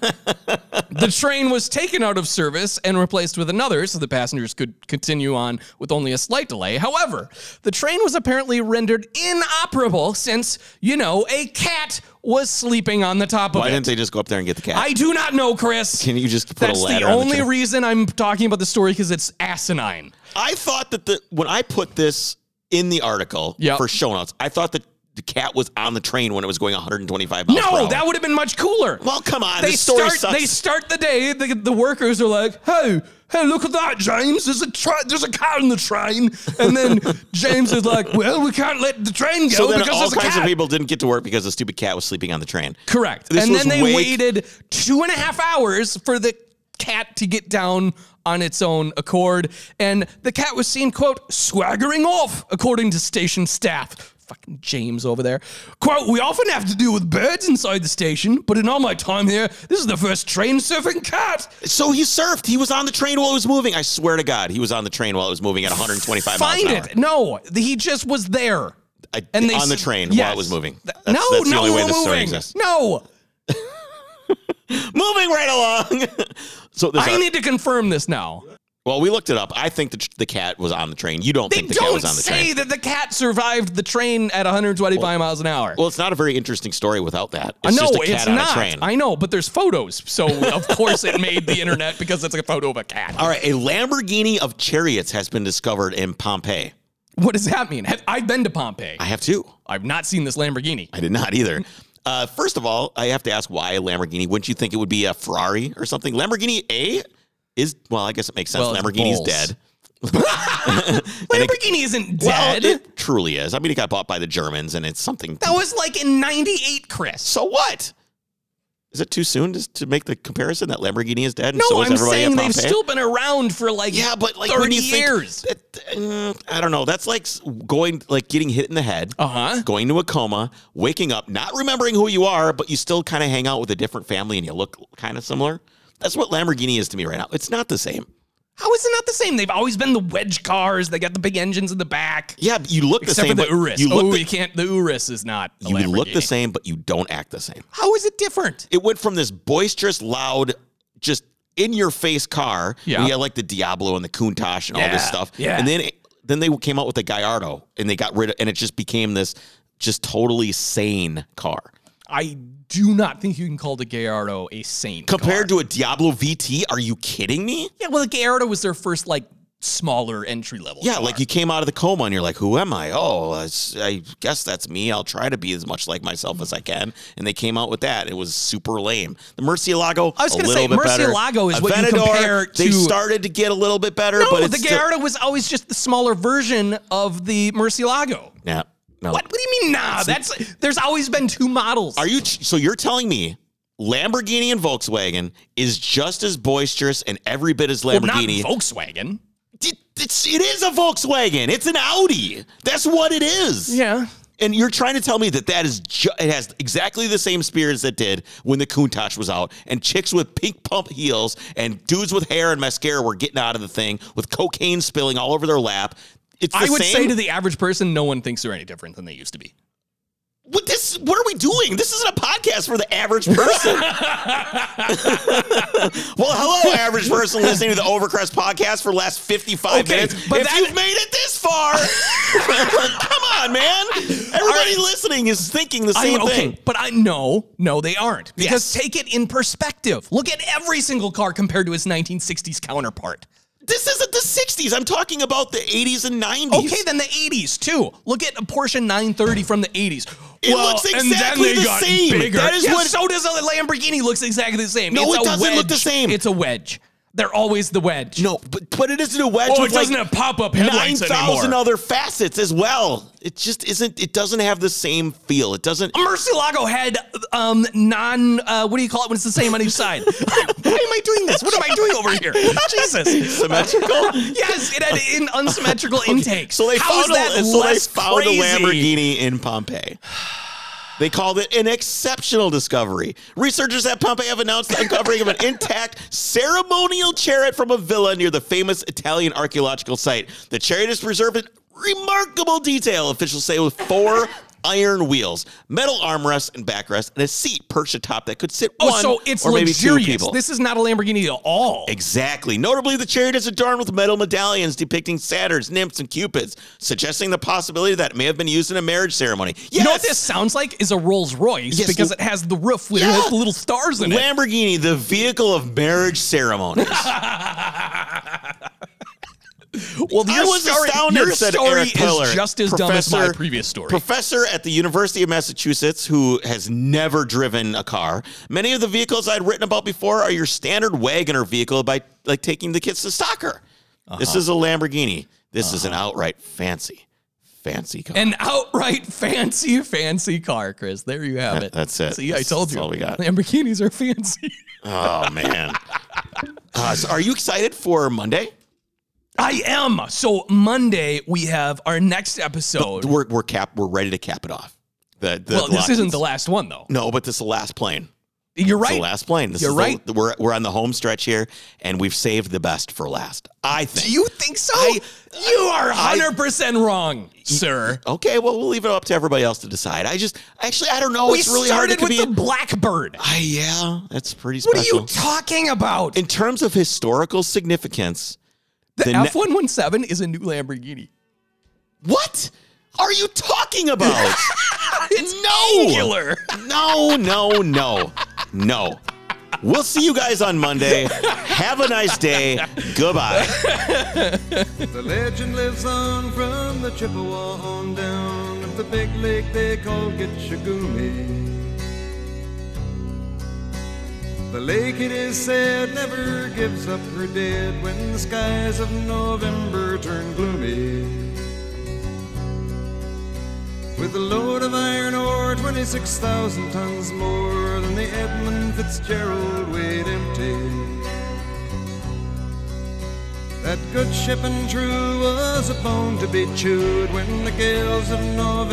Speaker 2: the train was taken out of service and replaced with another so the passengers could continue on with only a slight delay. However, the train was apparently rendered inoperable since, you know, a cat was sleeping on the top of
Speaker 1: Why
Speaker 2: it.
Speaker 1: didn't they just go up there and get the cat?
Speaker 2: I do not know, Chris.
Speaker 1: Can you just put
Speaker 2: That's
Speaker 1: a ladder?
Speaker 2: the
Speaker 1: on
Speaker 2: only
Speaker 1: train?
Speaker 2: reason I'm talking about the story because it's asinine.
Speaker 1: I thought that the when I put this in the article
Speaker 2: Yep.
Speaker 1: for show notes, I thought that the cat was on the train when it was going 125 miles. per
Speaker 2: no,
Speaker 1: hour.
Speaker 2: that would have been much cooler.
Speaker 1: Well, come on.
Speaker 2: they
Speaker 1: this story
Speaker 2: start.
Speaker 1: sucks.
Speaker 2: They start the day. The, the workers are like, "Hey, hey, look at that, James! There's a tra- there's a cat in the train." And then James is like, "Well, we can't let the train go
Speaker 1: so then
Speaker 2: because
Speaker 1: all
Speaker 2: there's a
Speaker 1: kinds
Speaker 2: cat."
Speaker 1: of people didn't get to work because the stupid cat was sleeping on the train.
Speaker 2: Correct.
Speaker 1: This
Speaker 2: and
Speaker 1: was
Speaker 2: then they
Speaker 1: way-
Speaker 2: waited two and a half hours for the cat to get down on its own accord, and the cat was seen, quote, swaggering off, according to station staff. Fucking James over there. Quote, we often have to deal with birds inside the station, but in all my time here, this is the first train surfing cat.
Speaker 1: So he surfed. He was on the train while it was moving. I swear to God, he was on the train while it was moving at 125
Speaker 2: Find
Speaker 1: miles an
Speaker 2: it. No, th- he just was there.
Speaker 1: hour. I-
Speaker 2: And they
Speaker 1: on the
Speaker 2: s-
Speaker 1: train while
Speaker 2: yes.
Speaker 1: it was moving.
Speaker 2: Th-
Speaker 1: That's,
Speaker 2: no,
Speaker 1: that's the
Speaker 2: no,
Speaker 1: only way
Speaker 2: we're
Speaker 1: this story
Speaker 2: moving.
Speaker 1: exists.
Speaker 2: No,
Speaker 1: Moving right along. so this
Speaker 2: I
Speaker 1: ar-
Speaker 2: need to confirm this now.
Speaker 1: well, we looked it up. I think the, tr- the cat was on the train. You don't
Speaker 2: They
Speaker 1: think the cat
Speaker 2: don't
Speaker 1: was on the
Speaker 2: say
Speaker 1: train?
Speaker 2: that the cat survived the train at 125 miles an hour.
Speaker 1: Well, it's not a very interesting story without that.
Speaker 2: Uh,
Speaker 1: It's
Speaker 2: no,
Speaker 1: just a cat
Speaker 2: it's
Speaker 1: on
Speaker 2: not.
Speaker 1: a train.
Speaker 2: I know, but there's photos, so of course it made the internet because it's a photo of a cat.
Speaker 1: All right, a Lamborghini of chariots has been discovered in Pompeii.
Speaker 2: What does that mean? Have, I've been to Pompeii.
Speaker 1: I have two.
Speaker 2: I've not seen this Lamborghini.
Speaker 1: I did not either. Uh, first of all, I have to ask why a Lamborghini? Wouldn't you think it would be a Ferrari or something? Lamborghini A is well, I guess it makes sense.
Speaker 2: Well, it's
Speaker 1: Lamborghini's
Speaker 2: bulls.
Speaker 1: dead.
Speaker 2: Lamborghini isn't dead.
Speaker 1: Well, it truly is. I mean, it got bought by the Germans, and it's something.
Speaker 2: that was like in '98, Chris.
Speaker 1: so what? Is it too soon to, to make the comparison that Lamborghini is dead? And
Speaker 2: No,
Speaker 1: so is everybody
Speaker 2: I'm
Speaker 1: at
Speaker 2: saying they've
Speaker 1: Pompeii?
Speaker 2: still been around for like
Speaker 1: Yeah, but like when
Speaker 2: 30
Speaker 1: you think
Speaker 2: years.
Speaker 1: that- mm, I don't know. That's like s- going, like getting hit in the head,
Speaker 2: Uh huh.
Speaker 1: going to a coma, waking up, not remembering who you are, but you still kind of hang out with a different family and you look kind of similar. That's what Lamborghini is to me right now. It's not the same.
Speaker 2: How is it not the same? They've always been the wedge cars. They got the big engines in the back.
Speaker 1: Yeah, but you look the
Speaker 2: Except
Speaker 1: same.
Speaker 2: for the
Speaker 1: but
Speaker 2: Urus.
Speaker 1: You look,
Speaker 2: oh,
Speaker 1: the,
Speaker 2: you can't. The Urus is not. a
Speaker 1: you look the
Speaker 2: Lamborghini.
Speaker 1: same, but you don't act the same.
Speaker 2: How is it different?
Speaker 1: It went from this boisterous, loud, just in your face car.
Speaker 2: Yeah.
Speaker 1: We had like the Diablo and the Countach and all this
Speaker 2: Yeah,
Speaker 1: stuff.
Speaker 2: yeah.
Speaker 1: And then it- then they came out with the Gallardo and they got rid of and it just became this just totally sane car.
Speaker 2: I do not think you can call the Gallardo a saint.
Speaker 1: Compared to a Diablo VT, are you kidding me?
Speaker 2: yeah, well, the Gallardo was their first like smaller entry level.
Speaker 1: Yeah,
Speaker 2: car.
Speaker 1: like you came out of the coma and you're like, who am I? Oh, that's- I guess that's me. I'll try to be as much like myself as I can. And they came out with that. It was super lame. The Murcielago,
Speaker 2: I was
Speaker 1: a
Speaker 2: gonna
Speaker 1: little
Speaker 2: say,
Speaker 1: bit better.
Speaker 2: Murcielago is what you
Speaker 1: Aventador,
Speaker 2: compare
Speaker 1: They
Speaker 2: to-
Speaker 1: started to get a little bit better,
Speaker 2: no,
Speaker 1: but it's
Speaker 2: the
Speaker 1: still-
Speaker 2: Gallardo was always just the smaller version of the Murcielago.
Speaker 1: Yeah. No.
Speaker 2: What? What do you mean? Nah, that's there's always been two models.
Speaker 1: Are you so you're telling me Lamborghini and Volkswagen is just as boisterous and every bit as
Speaker 2: well, not
Speaker 1: Lamborghini?
Speaker 2: Volkswagen?
Speaker 1: It- it's, it is a Volkswagen. It's an Audi. That's what it is. And you're trying to tell me that that is ju- it has exactly the same spirits that did when the Countach was out, and chicks with pink pump heels and dudes with hair and mascara were getting out of the thing with cocaine spilling all over their lap. It's the
Speaker 2: I would
Speaker 1: same.
Speaker 2: say to the average person, no one thinks they're any different than they used to be.
Speaker 1: what this what are we doing? This isn't a podcast for the average person. well, hello, average person listening to the Overcrest podcast for the last 55
Speaker 2: Okay,
Speaker 1: minutes.
Speaker 2: but
Speaker 1: if
Speaker 2: that-
Speaker 1: you've made it this far, come on, man. Everybody listening is thinking the same
Speaker 2: I, okay,
Speaker 1: thing.
Speaker 2: but I no, no, they aren't. Because
Speaker 1: Yes.
Speaker 2: take it in perspective. Look at every single car compared to its 1960s counterpart.
Speaker 1: This isn't the 60s. I'm talking about the 80s and 90s.
Speaker 2: Okay, then the 80s too. Look at a Porsche 930 from the 80s.
Speaker 1: It looks exactly the same. That is
Speaker 2: yeah,
Speaker 1: what-
Speaker 2: so does a Lamborghini looks exactly the same.
Speaker 1: No,
Speaker 2: It's
Speaker 1: it
Speaker 2: a
Speaker 1: doesn't look the
Speaker 2: wedge.
Speaker 1: same.
Speaker 2: It's a wedge. They're always the wedge.
Speaker 1: No, but, but it isn't a wedge.
Speaker 2: Oh, it
Speaker 1: with like
Speaker 2: doesn't have pop-up
Speaker 1: Nine
Speaker 2: headlights
Speaker 1: thousand
Speaker 2: anymore.
Speaker 1: other facets as well. It just isn't. It doesn't have the same feel. It doesn't.
Speaker 2: Murcielago had um non uh, what do you call it when it's the same on each side? Why am I doing this? What am I doing over here? Jesus.
Speaker 1: symmetrical.
Speaker 2: Yes, it had in unsymmetrical intakes.
Speaker 1: So they
Speaker 2: How is
Speaker 1: found,
Speaker 2: that
Speaker 1: a, so they
Speaker 2: less
Speaker 1: found a
Speaker 2: crazy?
Speaker 1: Lamborghini in Pompeii. They called it an exceptional discovery. Researchers at Pompeii have announced the uncovering of an intact ceremonial chariot from a villa near the famous Italian archaeological site. The chariot is preserved in remarkable detail, officials say, with four iron wheels, metal armrests and backrest, and a seat perched atop that could sit
Speaker 2: Oh,
Speaker 1: one
Speaker 2: so it's
Speaker 1: or maybe two
Speaker 2: luxurious.
Speaker 1: people.
Speaker 2: This is not a Lamborghini at all.
Speaker 1: Exactly. Notably, the chariot is adorned with metal medallions depicting satyrs, nymphs, and cupids, suggesting the possibility that it may have been used in a marriage ceremony. Yes!
Speaker 2: You know what this sounds like is a Rolls Royce
Speaker 1: Yes,
Speaker 2: because
Speaker 1: l-
Speaker 2: it has the roof with it
Speaker 1: Yeah.
Speaker 2: has the little stars in it.
Speaker 1: Lamborghini, the vehicle of marriage ceremonies.
Speaker 2: Well,
Speaker 1: I was astounded,
Speaker 2: your
Speaker 1: said
Speaker 2: story
Speaker 1: Eric Piller,
Speaker 2: is just as dumb as my
Speaker 1: professor-
Speaker 2: previous story.
Speaker 1: Professor at the University of Massachusetts who has never driven a car. Many of the vehicles I'd written about before are your standard wagoner vehicle by like taking the kids to soccer.
Speaker 2: Uh-huh.
Speaker 1: This is a Lamborghini. This is an outright fancy, fancy car.
Speaker 2: An outright fancy, fancy car, Chris. There you have it.
Speaker 1: That's it.
Speaker 2: See, I
Speaker 1: That's-
Speaker 2: told
Speaker 1: that's
Speaker 2: you.
Speaker 1: all we got.
Speaker 2: Lamborghinis are fancy.
Speaker 1: oh man. Uh, so are you excited for Monday?
Speaker 2: I am. So Monday we have our next episode.
Speaker 1: We're we're cap we're ready to cap it off. The, the
Speaker 2: well, this isn't the
Speaker 1: last.
Speaker 2: last one though.
Speaker 1: No, but this is the last plane.
Speaker 2: You're
Speaker 1: It's
Speaker 2: right.
Speaker 1: the last plane. This
Speaker 2: You're
Speaker 1: is
Speaker 2: right.
Speaker 1: The, we're we're on the home stretch here, and we've saved the best for last. I think.
Speaker 2: Do you think so? you are hundred percent wrong, sir.
Speaker 1: okay, well, we'll leave it up to everybody else to decide. I just actually I don't know. Oh,
Speaker 2: We
Speaker 1: it's really hard. It
Speaker 2: started
Speaker 1: could
Speaker 2: with
Speaker 1: be.
Speaker 2: the Blackbird.
Speaker 1: I- yeah, that's pretty
Speaker 2: What
Speaker 1: special.
Speaker 2: are you talking about?
Speaker 1: In terms of historical significance,
Speaker 2: The
Speaker 1: ne-
Speaker 2: F one one seven is a new Lamborghini.
Speaker 1: what are you talking about?
Speaker 2: It's
Speaker 1: No!
Speaker 2: angular.
Speaker 1: No, no, no, no. We'll see you guys on Monday. Have a nice day. Goodbye.
Speaker 6: The legend lives on from the Chippewa on down of the big lake they call Gitchagumi. The lake, it is said, never gives up her dead when the skies of November turn gloomy. With a load of iron ore, 26,000 tons more than the Edmund Fitzgerald weighed empty. That good ship and true was a bone to be chewed when the gales of November.